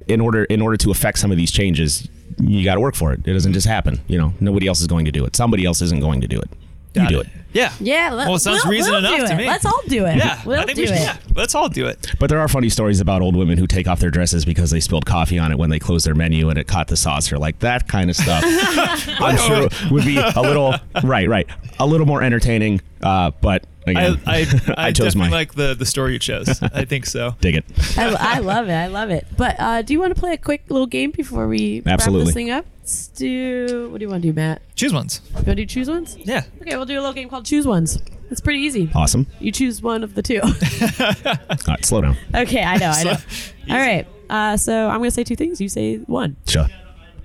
S7: in order in order to affect some of these changes, you got to work for it. It doesn't just happen. You know, nobody else is going to do it. Somebody else isn't going to do it.
S2: Got
S7: you do
S2: it.
S7: it.
S2: Yeah.
S1: Yeah. Let,
S2: Well, it sounds
S1: we'll,
S2: reason
S1: we'll
S2: enough
S1: do
S2: to
S1: it.
S2: me.
S1: Let's all do it.
S2: Yeah.
S1: We'll
S2: I think
S1: do
S2: we should,
S1: it.
S2: yeah, let's all do it.
S7: But there are funny stories about old women who take off their dresses because they spilled coffee on it when they closed their menu and it caught the saucer. Like that kind of stuff. I'm sure would be a little right, right, a little more entertaining. Uh, but
S2: I
S7: again,
S2: I, I,
S7: chose
S2: definitely
S7: mine.
S2: like the the story you chose. I think so.
S7: Dig it.
S1: I, I love it. I love it. But uh, do you want to play a quick little game before we wrap
S7: Absolutely.
S1: this thing up? Let's do. What do you want to do, Matt?
S2: Choose ones.
S1: You want to do choose ones?
S2: Yeah.
S1: Okay, we'll do a little game called Choose Ones. It's pretty easy.
S7: Awesome.
S1: You choose one of the two.
S7: All right, slow down.
S1: okay, I know. I know. All right. Uh, so I'm gonna say two things. You say one.
S7: Sure.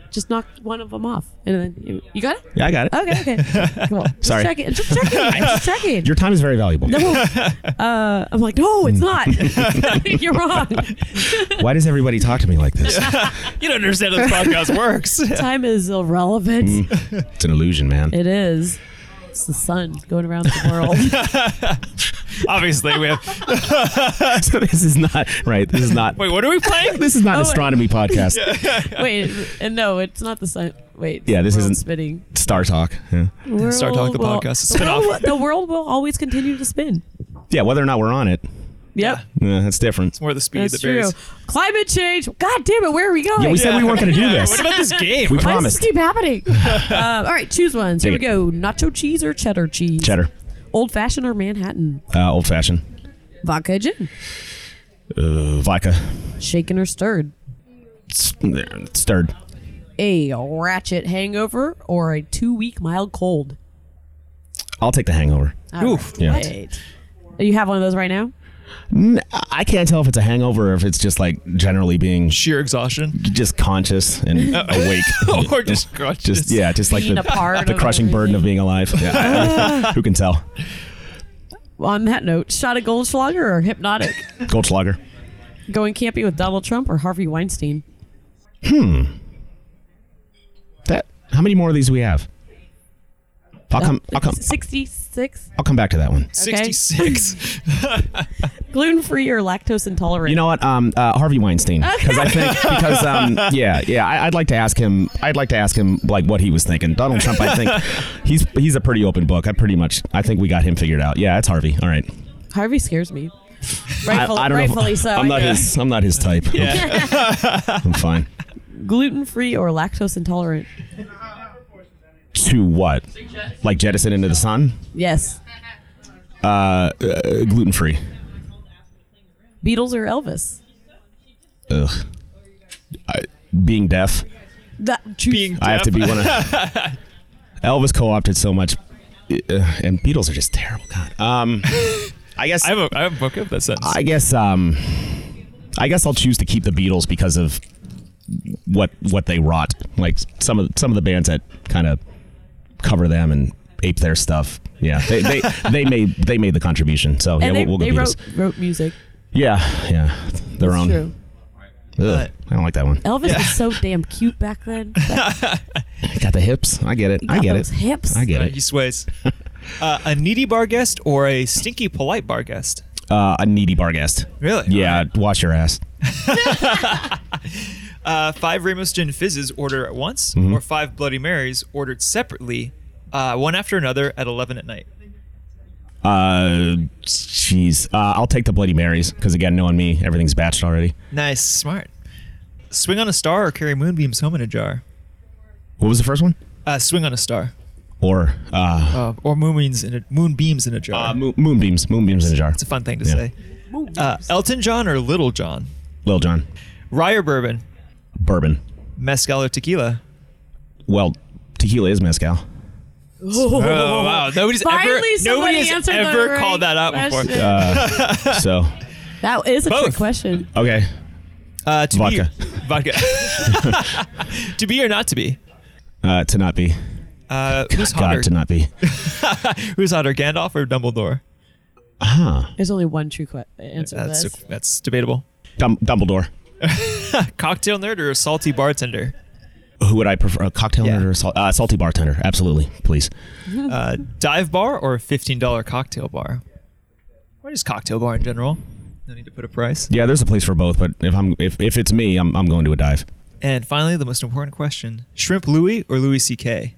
S1: Just knock one of them off, and then you, you got it.
S7: Yeah, I got it.
S1: Okay. Okay. Cool. Just
S7: Sorry.
S1: checking. Just checking. Just checking.
S7: Your time is very valuable.
S1: Uh, I'm like, no, it's not. You're wrong.
S7: Why does everybody talk to me like this?
S2: You don't understand how this podcast works.
S1: Time is irrelevant.
S7: It's an illusion, man.
S1: It is. It's the sun going around the world.
S2: Obviously, we have.
S7: so this is not right. This is not.
S2: Wait, what are we playing?
S7: This is not an
S1: Oh,
S7: astronomy podcast.
S1: Wait, and no, it's not the sun. Wait.
S7: Yeah, this
S1: world
S7: isn't-
S1: spinning.
S7: Star talk. Yeah.
S1: World
S2: Star Talk, the
S1: will-
S2: podcast, a
S1: the world
S2: spinoff.
S1: will- The world will always continue to spin.
S7: Yeah, whether or not we're on it,
S1: Yep,
S7: yeah, that's different.
S2: More the speed
S1: that's
S2: that
S1: true.
S2: varies.
S1: Climate change. God damn it, where are we going?
S7: Yeah, we said we weren't going to do
S2: Yeah,
S7: this.
S2: What about this game?
S7: We
S1: Why does this
S7: promised.
S1: keep happening? um, all right, choose ones. Here we
S7: Dig
S1: go: nacho cheese or cheddar cheese?
S7: Cheddar,
S1: Old fashioned or Manhattan?
S7: uh, old fashioned,
S1: Vodka gin.
S7: uh, vodka,
S1: Shaken or stirred?
S7: s- stirred,
S1: A ratchet hangover or a two week mild cold?
S7: I'll take the hangover.
S2: Oof.
S7: Yeah.
S1: Right. You have one of those right now?
S7: N- I can't tell if it's a hangover or if it's just like generally being sh-
S2: Sheer exhaustion.
S7: just conscious and awake.
S2: or just crutches.
S7: Just yeah, just like
S1: Being
S7: the,
S1: a part
S7: the
S1: of
S7: crushing burden of
S1: everything.
S7: being alive. Yeah, I- I- who can tell?
S1: On that note, shot a Goldschlager or hypnotic?
S7: Goldschlager,
S1: Going camping with Donald Trump or Harvey Weinstein?
S7: that. How many more of these do we have? I'll come. I'll come.
S1: 66?
S7: I'll come back to that one.
S2: 66.
S1: Gluten free or lactose intolerant?
S7: You know what? Um, uh, Harvey Weinstein. Because I think because um, yeah, yeah. I, I'd like to ask him. I'd like to ask him like what he was thinking. Donald Trump. I think he's he's a pretty open book. I pretty much. I think we got him figured out. Yeah, it's Harvey. All right.
S1: Harvey scares me.
S7: I,
S1: Rightful,
S7: I don't
S1: rightfully
S7: know. If,
S1: so.
S7: I'm not his. I'm not his type.
S2: Yeah.
S7: I'm fine.
S1: Gluten free or lactose intolerant?
S7: To what? Like jettison into the sun?
S1: Yes.
S7: Uh, uh gluten free.
S1: Beatles or Elvis?
S7: Ugh. I, being deaf.
S1: That, choose-
S2: Being
S7: I have to be one of. Elvis co-opted so much, uh, and Beatles are just terrible. God. Um, I guess
S2: I have a, I have a book of that sentence.
S7: I guess um, I guess I'll choose to keep the Beatles because of what what they wrought. Like some of some of the bands that kind of cover them and ape their stuff. Yeah, they they, they made they made the contribution. So yeah,
S1: and
S7: we'll, we'll
S1: they,
S7: go
S1: they
S7: Beatles.
S1: wrote, wrote music.
S7: Yeah, yeah, their
S1: It's
S7: own.
S1: true.
S7: Ugh, I don't like that one.
S1: Elvis was so damn cute back then.
S7: Got the hips. I get it. I
S1: got
S7: get it.
S1: those hips.
S7: I get
S2: Uh,
S7: it.
S2: he sways. Uh, a needy bar guest or a stinky polite bar guest?
S7: Uh, a needy bar guest.
S2: Really?
S7: Yeah, wash your ass.
S2: Uh, five Ramos Gin Fizzes ordered at once, or five Bloody Marys ordered separately, uh, one after another at 11 at night.
S7: Uh, jeez. Uh, I'll take the Bloody Marys because again, knowing me, everything's batched already.
S2: Nice. Smart. Swing on a star or carry moonbeams home in a jar?
S7: What was the first one?
S2: Uh, swing on a star.
S7: Or
S2: Uh,
S7: uh,
S2: or moonbeams in a, moonbeams in a jar.
S7: uh, moon, moonbeams, moonbeams in a jar.
S2: it's a fun thing to
S7: Yeah.
S2: say. Uh, Elton John or Little John?
S7: Lil John,
S2: Rye or bourbon?
S7: bourbon.
S2: Mezcal or tequila?
S7: Well, tequila is mezcal.
S2: Oh, wow. Nobody's ever,
S1: Finally somebody
S2: nobody has
S1: answered the
S2: ever
S1: right
S2: called that out before.
S1: question.
S7: So
S1: That is a trick
S2: Both.
S1: question.
S7: okay,
S2: Uh, to
S7: Vodka.
S2: Be, vodka. to be or not to be?
S7: uh, to not be.
S2: Uh, who's hotter?
S7: God, to not be.
S2: Who's hotter, Gandalf or Dumbledore?
S1: There's only one true que-
S8: uh,
S1: answer. to
S2: That's
S1: this.
S2: that's debatable.
S7: Dum- Dumbledore.
S2: Cocktail nerd or a salty bartender?
S7: Who would I prefer? A cocktail
S2: Yeah.
S7: nerd or a sal- uh, salty bartender? Absolutely, please.
S2: Uh, dive bar or a fifteen dollar cocktail bar? Or just cocktail bar in general? No need to put a price.
S7: Yeah, there's a place for both, but if I'm if, if it's me, I'm, I'm going to a dive.
S2: And finally, the most important question: Shrimp Louis or Louis C.K.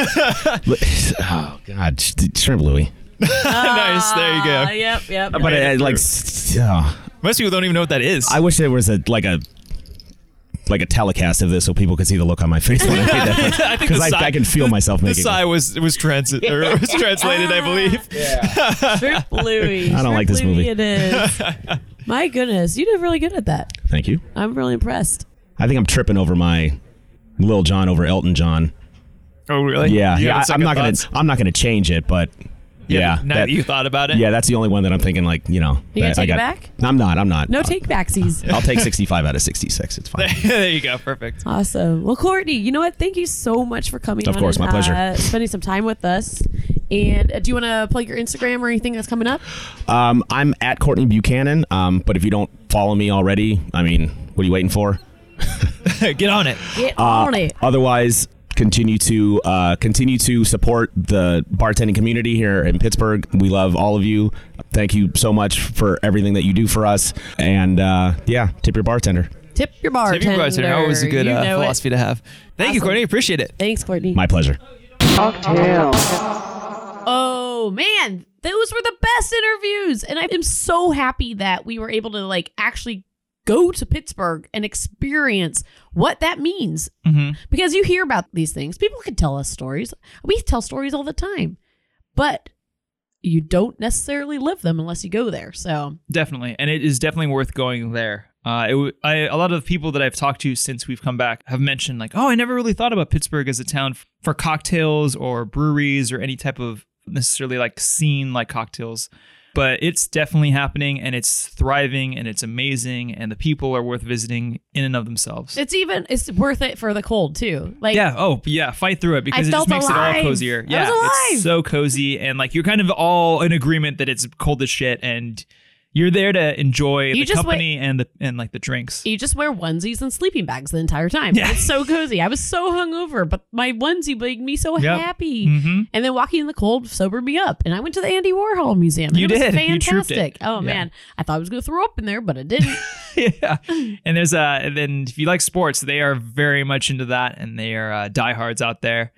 S7: oh God, shrimp Louis.
S2: nice. There you
S8: Uh,
S2: go.
S8: yep, yep.
S7: But I, I like, s- oh.
S2: Most people don't even know what that is.
S7: I wish there was a like a like a telecast of this so people could see the look on my face when I made that.
S2: I think
S7: Because
S2: the
S7: I,
S2: sigh,
S7: I can feel myself
S2: the
S7: making.
S2: sigh was was trans or was translated, I believe.
S8: Shrimp Louie.
S7: I don't like this
S8: Shrimp Louie
S7: movie.
S8: It is. My goodness, you did really good at that.
S7: it. Thank you.
S8: I'm really impressed.
S7: I think I'm tripping over my Lil John over Elton John.
S2: Oh, really?
S7: Yeah,
S2: You
S7: yeah.
S2: had
S7: I, am
S2: second
S7: not gonna.
S2: thoughts?
S7: I'm not gonna change it, but yeah,
S2: Now
S7: that-
S2: that you thought about it.
S7: yeah, that's the only one that I'm thinking like you know.
S8: You gonna
S7: that
S8: take
S7: I
S8: it
S7: got-
S8: back?
S7: I'm not. I'm not.
S8: No
S7: I'll-
S8: take backsies.
S7: I'll take 65 out of 66. It's fine.
S2: there you go. Perfect.
S8: Awesome. Well, Courtney, you know what? Thank you so much for coming.
S7: Of
S8: on
S7: course,
S8: and,
S7: my pleasure.
S8: Uh, spending some time with us. And uh, do you want to plug your Instagram or anything that's coming up?
S7: Um, I'm at Courtney Buchanan. Um, but if you don't follow me already, I mean, what are you waiting for?
S2: Get on it.
S7: Uh,
S8: Get on it.
S7: Otherwise, continue to uh, continue to support the bartending community here in Pittsburgh. We love all of you. Thank you so much for everything that you do for us. And uh, yeah, tip your bartender.
S8: Tip your bartender.
S2: Tip your bartender. Always a good
S8: You
S2: uh,
S8: know it.
S2: philosophy to have. Thank you,
S8: Awesome.
S2: Courtney. Appreciate it.
S8: Thanks, Courtney.
S7: My pleasure.
S1: Oh man, those were the best interviews, and I am so happy that we were able to like actually go to Pittsburgh and experience what that means
S2: Mm-hmm.
S1: because you hear about these things. People can tell us stories. We tell stories all the time, but you don't necessarily live them unless you go there. So
S2: Definitely, and it is definitely worth going there. Uh, it w- I, a lot of people that I've talked to since we've come back have mentioned like, oh, I never really thought about Pittsburgh as a town f- for cocktails or breweries or any type of necessarily like scene like cocktails, but it's definitely happening and it's thriving and it's amazing and the people are worth visiting in and of themselves.
S1: it's even it's worth it for the cold too. Like
S2: yeah. Oh, yeah. Fight through it because it
S1: felt
S2: just makes it
S1: alive.
S2: all cozier.
S1: I
S2: Yeah.
S1: was alive.
S2: It's so cozy and like you're kind of all in agreement that it's cold as shit and you're there to enjoy the
S1: just wait-
S2: company and the and like the drinks.
S1: You just wear onesies and sleeping bags the entire time.
S2: Yeah.
S1: It's so cozy. I was so hungover, but my onesie made me so
S2: Yep.
S1: happy.
S2: Mm-hmm.
S1: And then walking in the cold sobered me up. And I went to the Andy Warhol Museum. and
S2: You
S1: it was
S2: did. You trooped it.
S1: fantastic. Oh
S2: Yeah.
S1: man. I thought I was gonna throw up in there, but I didn't.
S2: yeah. And there's uh and then if you like sports, they are very much into that and they are uh, diehards out there.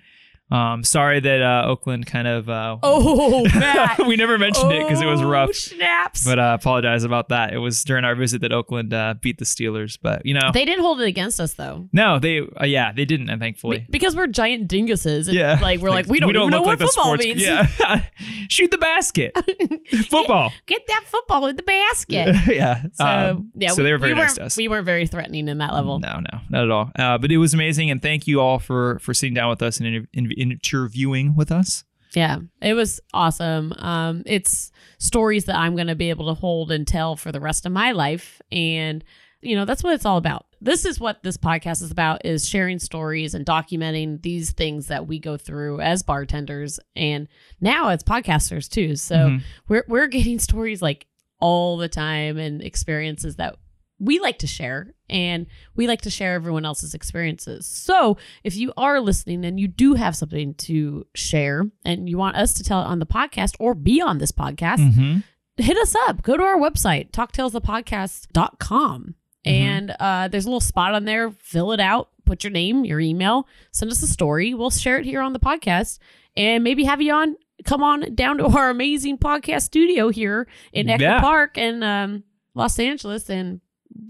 S2: Um, sorry that uh, Oakland kind of uh,
S1: oh Matt.
S2: we never mentioned it because it was
S1: Oh,
S2: rough.
S1: Snaps.
S2: But uh, apologize about that. It was during our visit that Oakland uh, beat the Steelers, but you know,
S1: they didn't hold it against us though.
S2: no, they uh, yeah they didn't, and thankfully.
S1: Be- because we're giant dinguses. And
S2: yeah,
S1: Like we're like, we don't, even know
S2: look
S1: what
S2: the
S1: football
S2: sports-
S1: means.
S2: Yeah, shoot the basket, football.
S1: Get that football in the basket.
S2: yeah,
S1: So
S2: Um,
S1: yeah,
S2: so they were very
S1: we
S2: nice
S1: weren't-
S2: to us.
S1: We weren't very threatening in that level.
S2: No, no, not at all. Uh, but it was amazing, and thank you all for for sitting down with us and inter- in- interviewing with us.
S1: Yeah, it was awesome. Um, it's stories that I'm going to be able to hold and tell for the rest of my life, and you know that's what it's all about. This is what this podcast is about: is sharing stories and documenting these things that we go through as bartenders, and now as podcasters too. So
S2: Mhm.
S1: we're we're getting stories like all the time and experiences that we like to share and we like to share everyone else's experiences. So, if you are listening and you do have something to share and you want us to tell it on the podcast or be on this podcast,
S2: Mhm.
S1: hit us up. Go to our website, talktales.thepodcast.com. And uh, there's a little spot on there. Fill it out, put your name, your email, send us a story. We'll share it here on the podcast and maybe have you on. Come on down to our amazing podcast studio here in Echo
S2: Yeah.
S1: Park and um, Los Angeles, and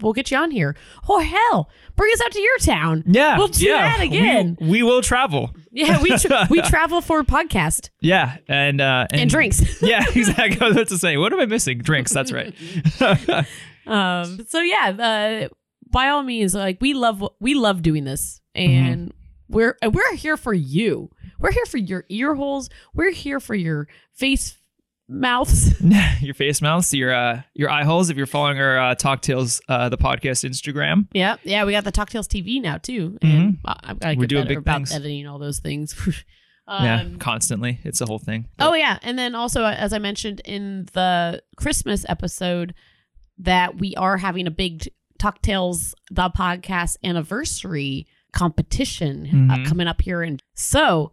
S1: we'll get you on here. Or hell, bring us out to your town.
S2: Yeah,
S1: We'll do
S2: yeah.
S1: that again.
S2: We, we will travel.
S1: Yeah, we tra- we travel for podcast
S2: Yeah, and uh,
S1: and, drinks.
S2: yeah, exactly. I was about to say, what am I missing? Drinks. That's right.
S1: um, so yeah, uh, by all means, like we love we love doing this, and we're and we're here for you. We're here for your ear holes. We're here for your face mouths.
S2: your face mouths, your uh, your eye holes. If you're following our uh, Talk Tales, uh, the podcast Instagram.
S1: Yeah, yeah, we got the Talk Tales TV now too, and I, I've got to
S2: We're
S1: get
S2: doing
S1: better
S2: big
S1: about
S2: things.
S1: editing all those things. um,
S2: Yeah, constantly. It's a whole thing.
S1: Oh yeah, and then also uh, as I mentioned in the Christmas episode that we are having a big Talk Tales the podcast anniversary competition
S2: Mhm.
S1: uh, coming up here and so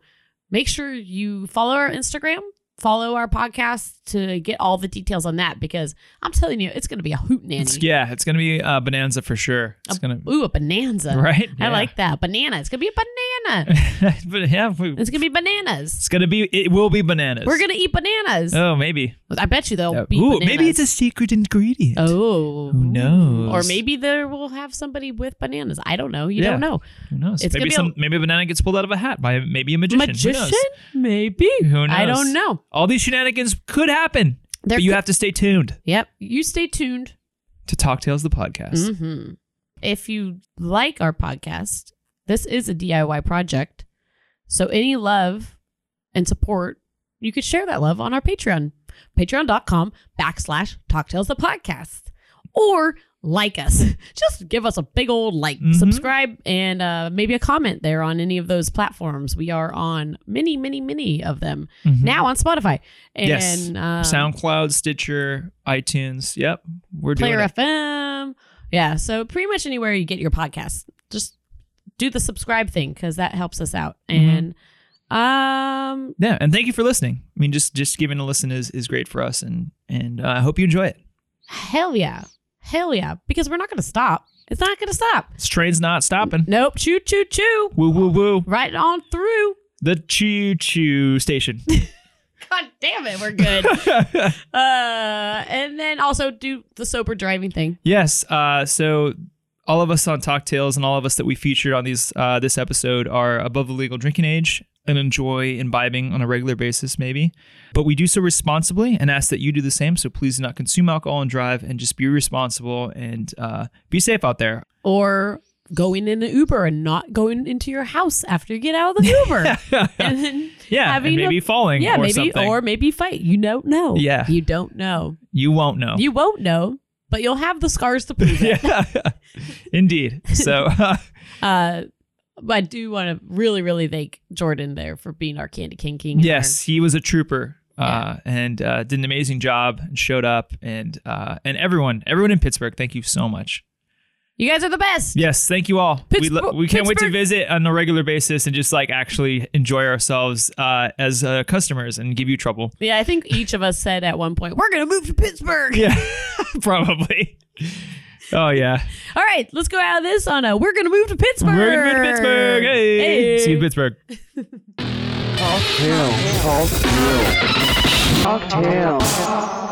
S1: make sure you follow our Instagram, follow our podcast to get all the details on that because I'm telling you it's going to be a hoot
S2: It's,
S1: nanny.
S2: yeah, it's
S1: Oh,
S2: gonna be uh, bonanza for sure. It's gonna
S1: Ooh, a bonanza.
S2: right.
S1: I
S2: Yeah.
S1: like that. Banana. It's going to be a banana.
S2: but yeah, we-
S1: It's gonna be bananas.
S2: it's gonna be. It will be bananas.
S1: We're gonna eat bananas.
S2: Oh, maybe.
S1: I bet you they'll
S2: Uh,
S1: be.
S2: Ooh,
S1: bananas.
S2: maybe it's a secret ingredient.
S1: Oh,
S2: Who knows?
S1: Or maybe there will have somebody with bananas. I don't know. You
S2: Yeah.
S1: don't know.
S2: Who knows?
S1: It's gonna
S2: maybe
S1: be
S2: some.
S1: a-
S2: maybe a banana gets pulled out of a hat by maybe a magician. Who knows?
S1: Maybe.
S2: Who
S1: I
S2: knows?
S1: don't know.
S2: All these shenanigans could happen,
S1: There
S2: but you
S1: could-
S2: have to stay tuned
S1: Yep. You stay tuned.
S2: to Talk Tales the podcast.
S1: hmm If you like our podcast, this is a DIY project. So any love and support, you could share that love on our Patreon, patreon.com backslash talktales the podcast. Or like us. Just give us a big old like,
S2: Mhm.
S1: subscribe, and uh, maybe a comment there on any of those platforms. We are on many, many, many of them
S2: Mhm.
S1: Mm-hmm. now on Spotify and
S2: Yes.
S1: uh,
S2: SoundCloud, Stitcher, iTunes. Yep, we're
S1: Player
S2: doing it.
S1: FM. Yeah, so pretty much anywhere you get your podcast, just do the subscribe thing because that helps us out.
S2: Mhm.
S1: And um,
S2: Yeah, and thank you for listening. I mean, just just giving a listen is is great for us, and and uh, I hope you enjoy it.
S1: hell yeah, hell yeah, because we're not gonna stop. It's not gonna stop.
S2: This train's not stopping.
S1: Nope. Choo choo choo.
S2: Woo woo woo!
S1: Right on through.
S2: The choo choo station.
S1: God damn it, we're good. uh, and then also do the sober driving thing.
S2: Yes. Uh, so all of us on Talk Tales and all of us that we featured on these uh, this episode are above the legal drinking age and enjoy imbibing on a regular basis, maybe. But we do so responsibly and ask that you do the same. So please do not consume alcohol and drive, and just be responsible and uh, be safe out there.
S1: Or going in an Uber and not going into your house after you get out of the Uber. and then
S2: yeah,
S1: having
S2: and maybe
S1: a-
S2: falling
S1: yeah,
S2: or
S1: maybe
S2: something.
S1: or maybe fight. You don't know.
S2: Yeah.
S1: you don't know.
S2: you won't know.
S1: You won't know, but you'll have the scars to prove it.
S2: yeah, indeed. So
S1: Uh, but I do want to really, really thank Jordan there for being our candy king king. and
S2: Yes, he was a trooper uh, and uh, did an amazing job and showed up and uh, and everyone everyone in Pittsburgh, thank you so much.
S1: our- You guys are the best.
S2: Yes, thank you all. we lo-
S1: Pittsburgh-
S2: we can't wait to
S1: Pittsburgh-
S2: visit on a regular basis and just like actually enjoy ourselves uh, as uh, customers and give you trouble.
S1: Yeah, I think each of us said at one point, "We're gonna move to Pittsburgh."
S2: Yeah, probably. Oh yeah,
S1: All right, let's go out of this on a "We're gonna move to Pittsburgh."
S2: we're gonna move to Pittsburgh. Hey,
S1: Hey.
S2: see you in Pittsburgh.
S9: Talk tales. Talk tales.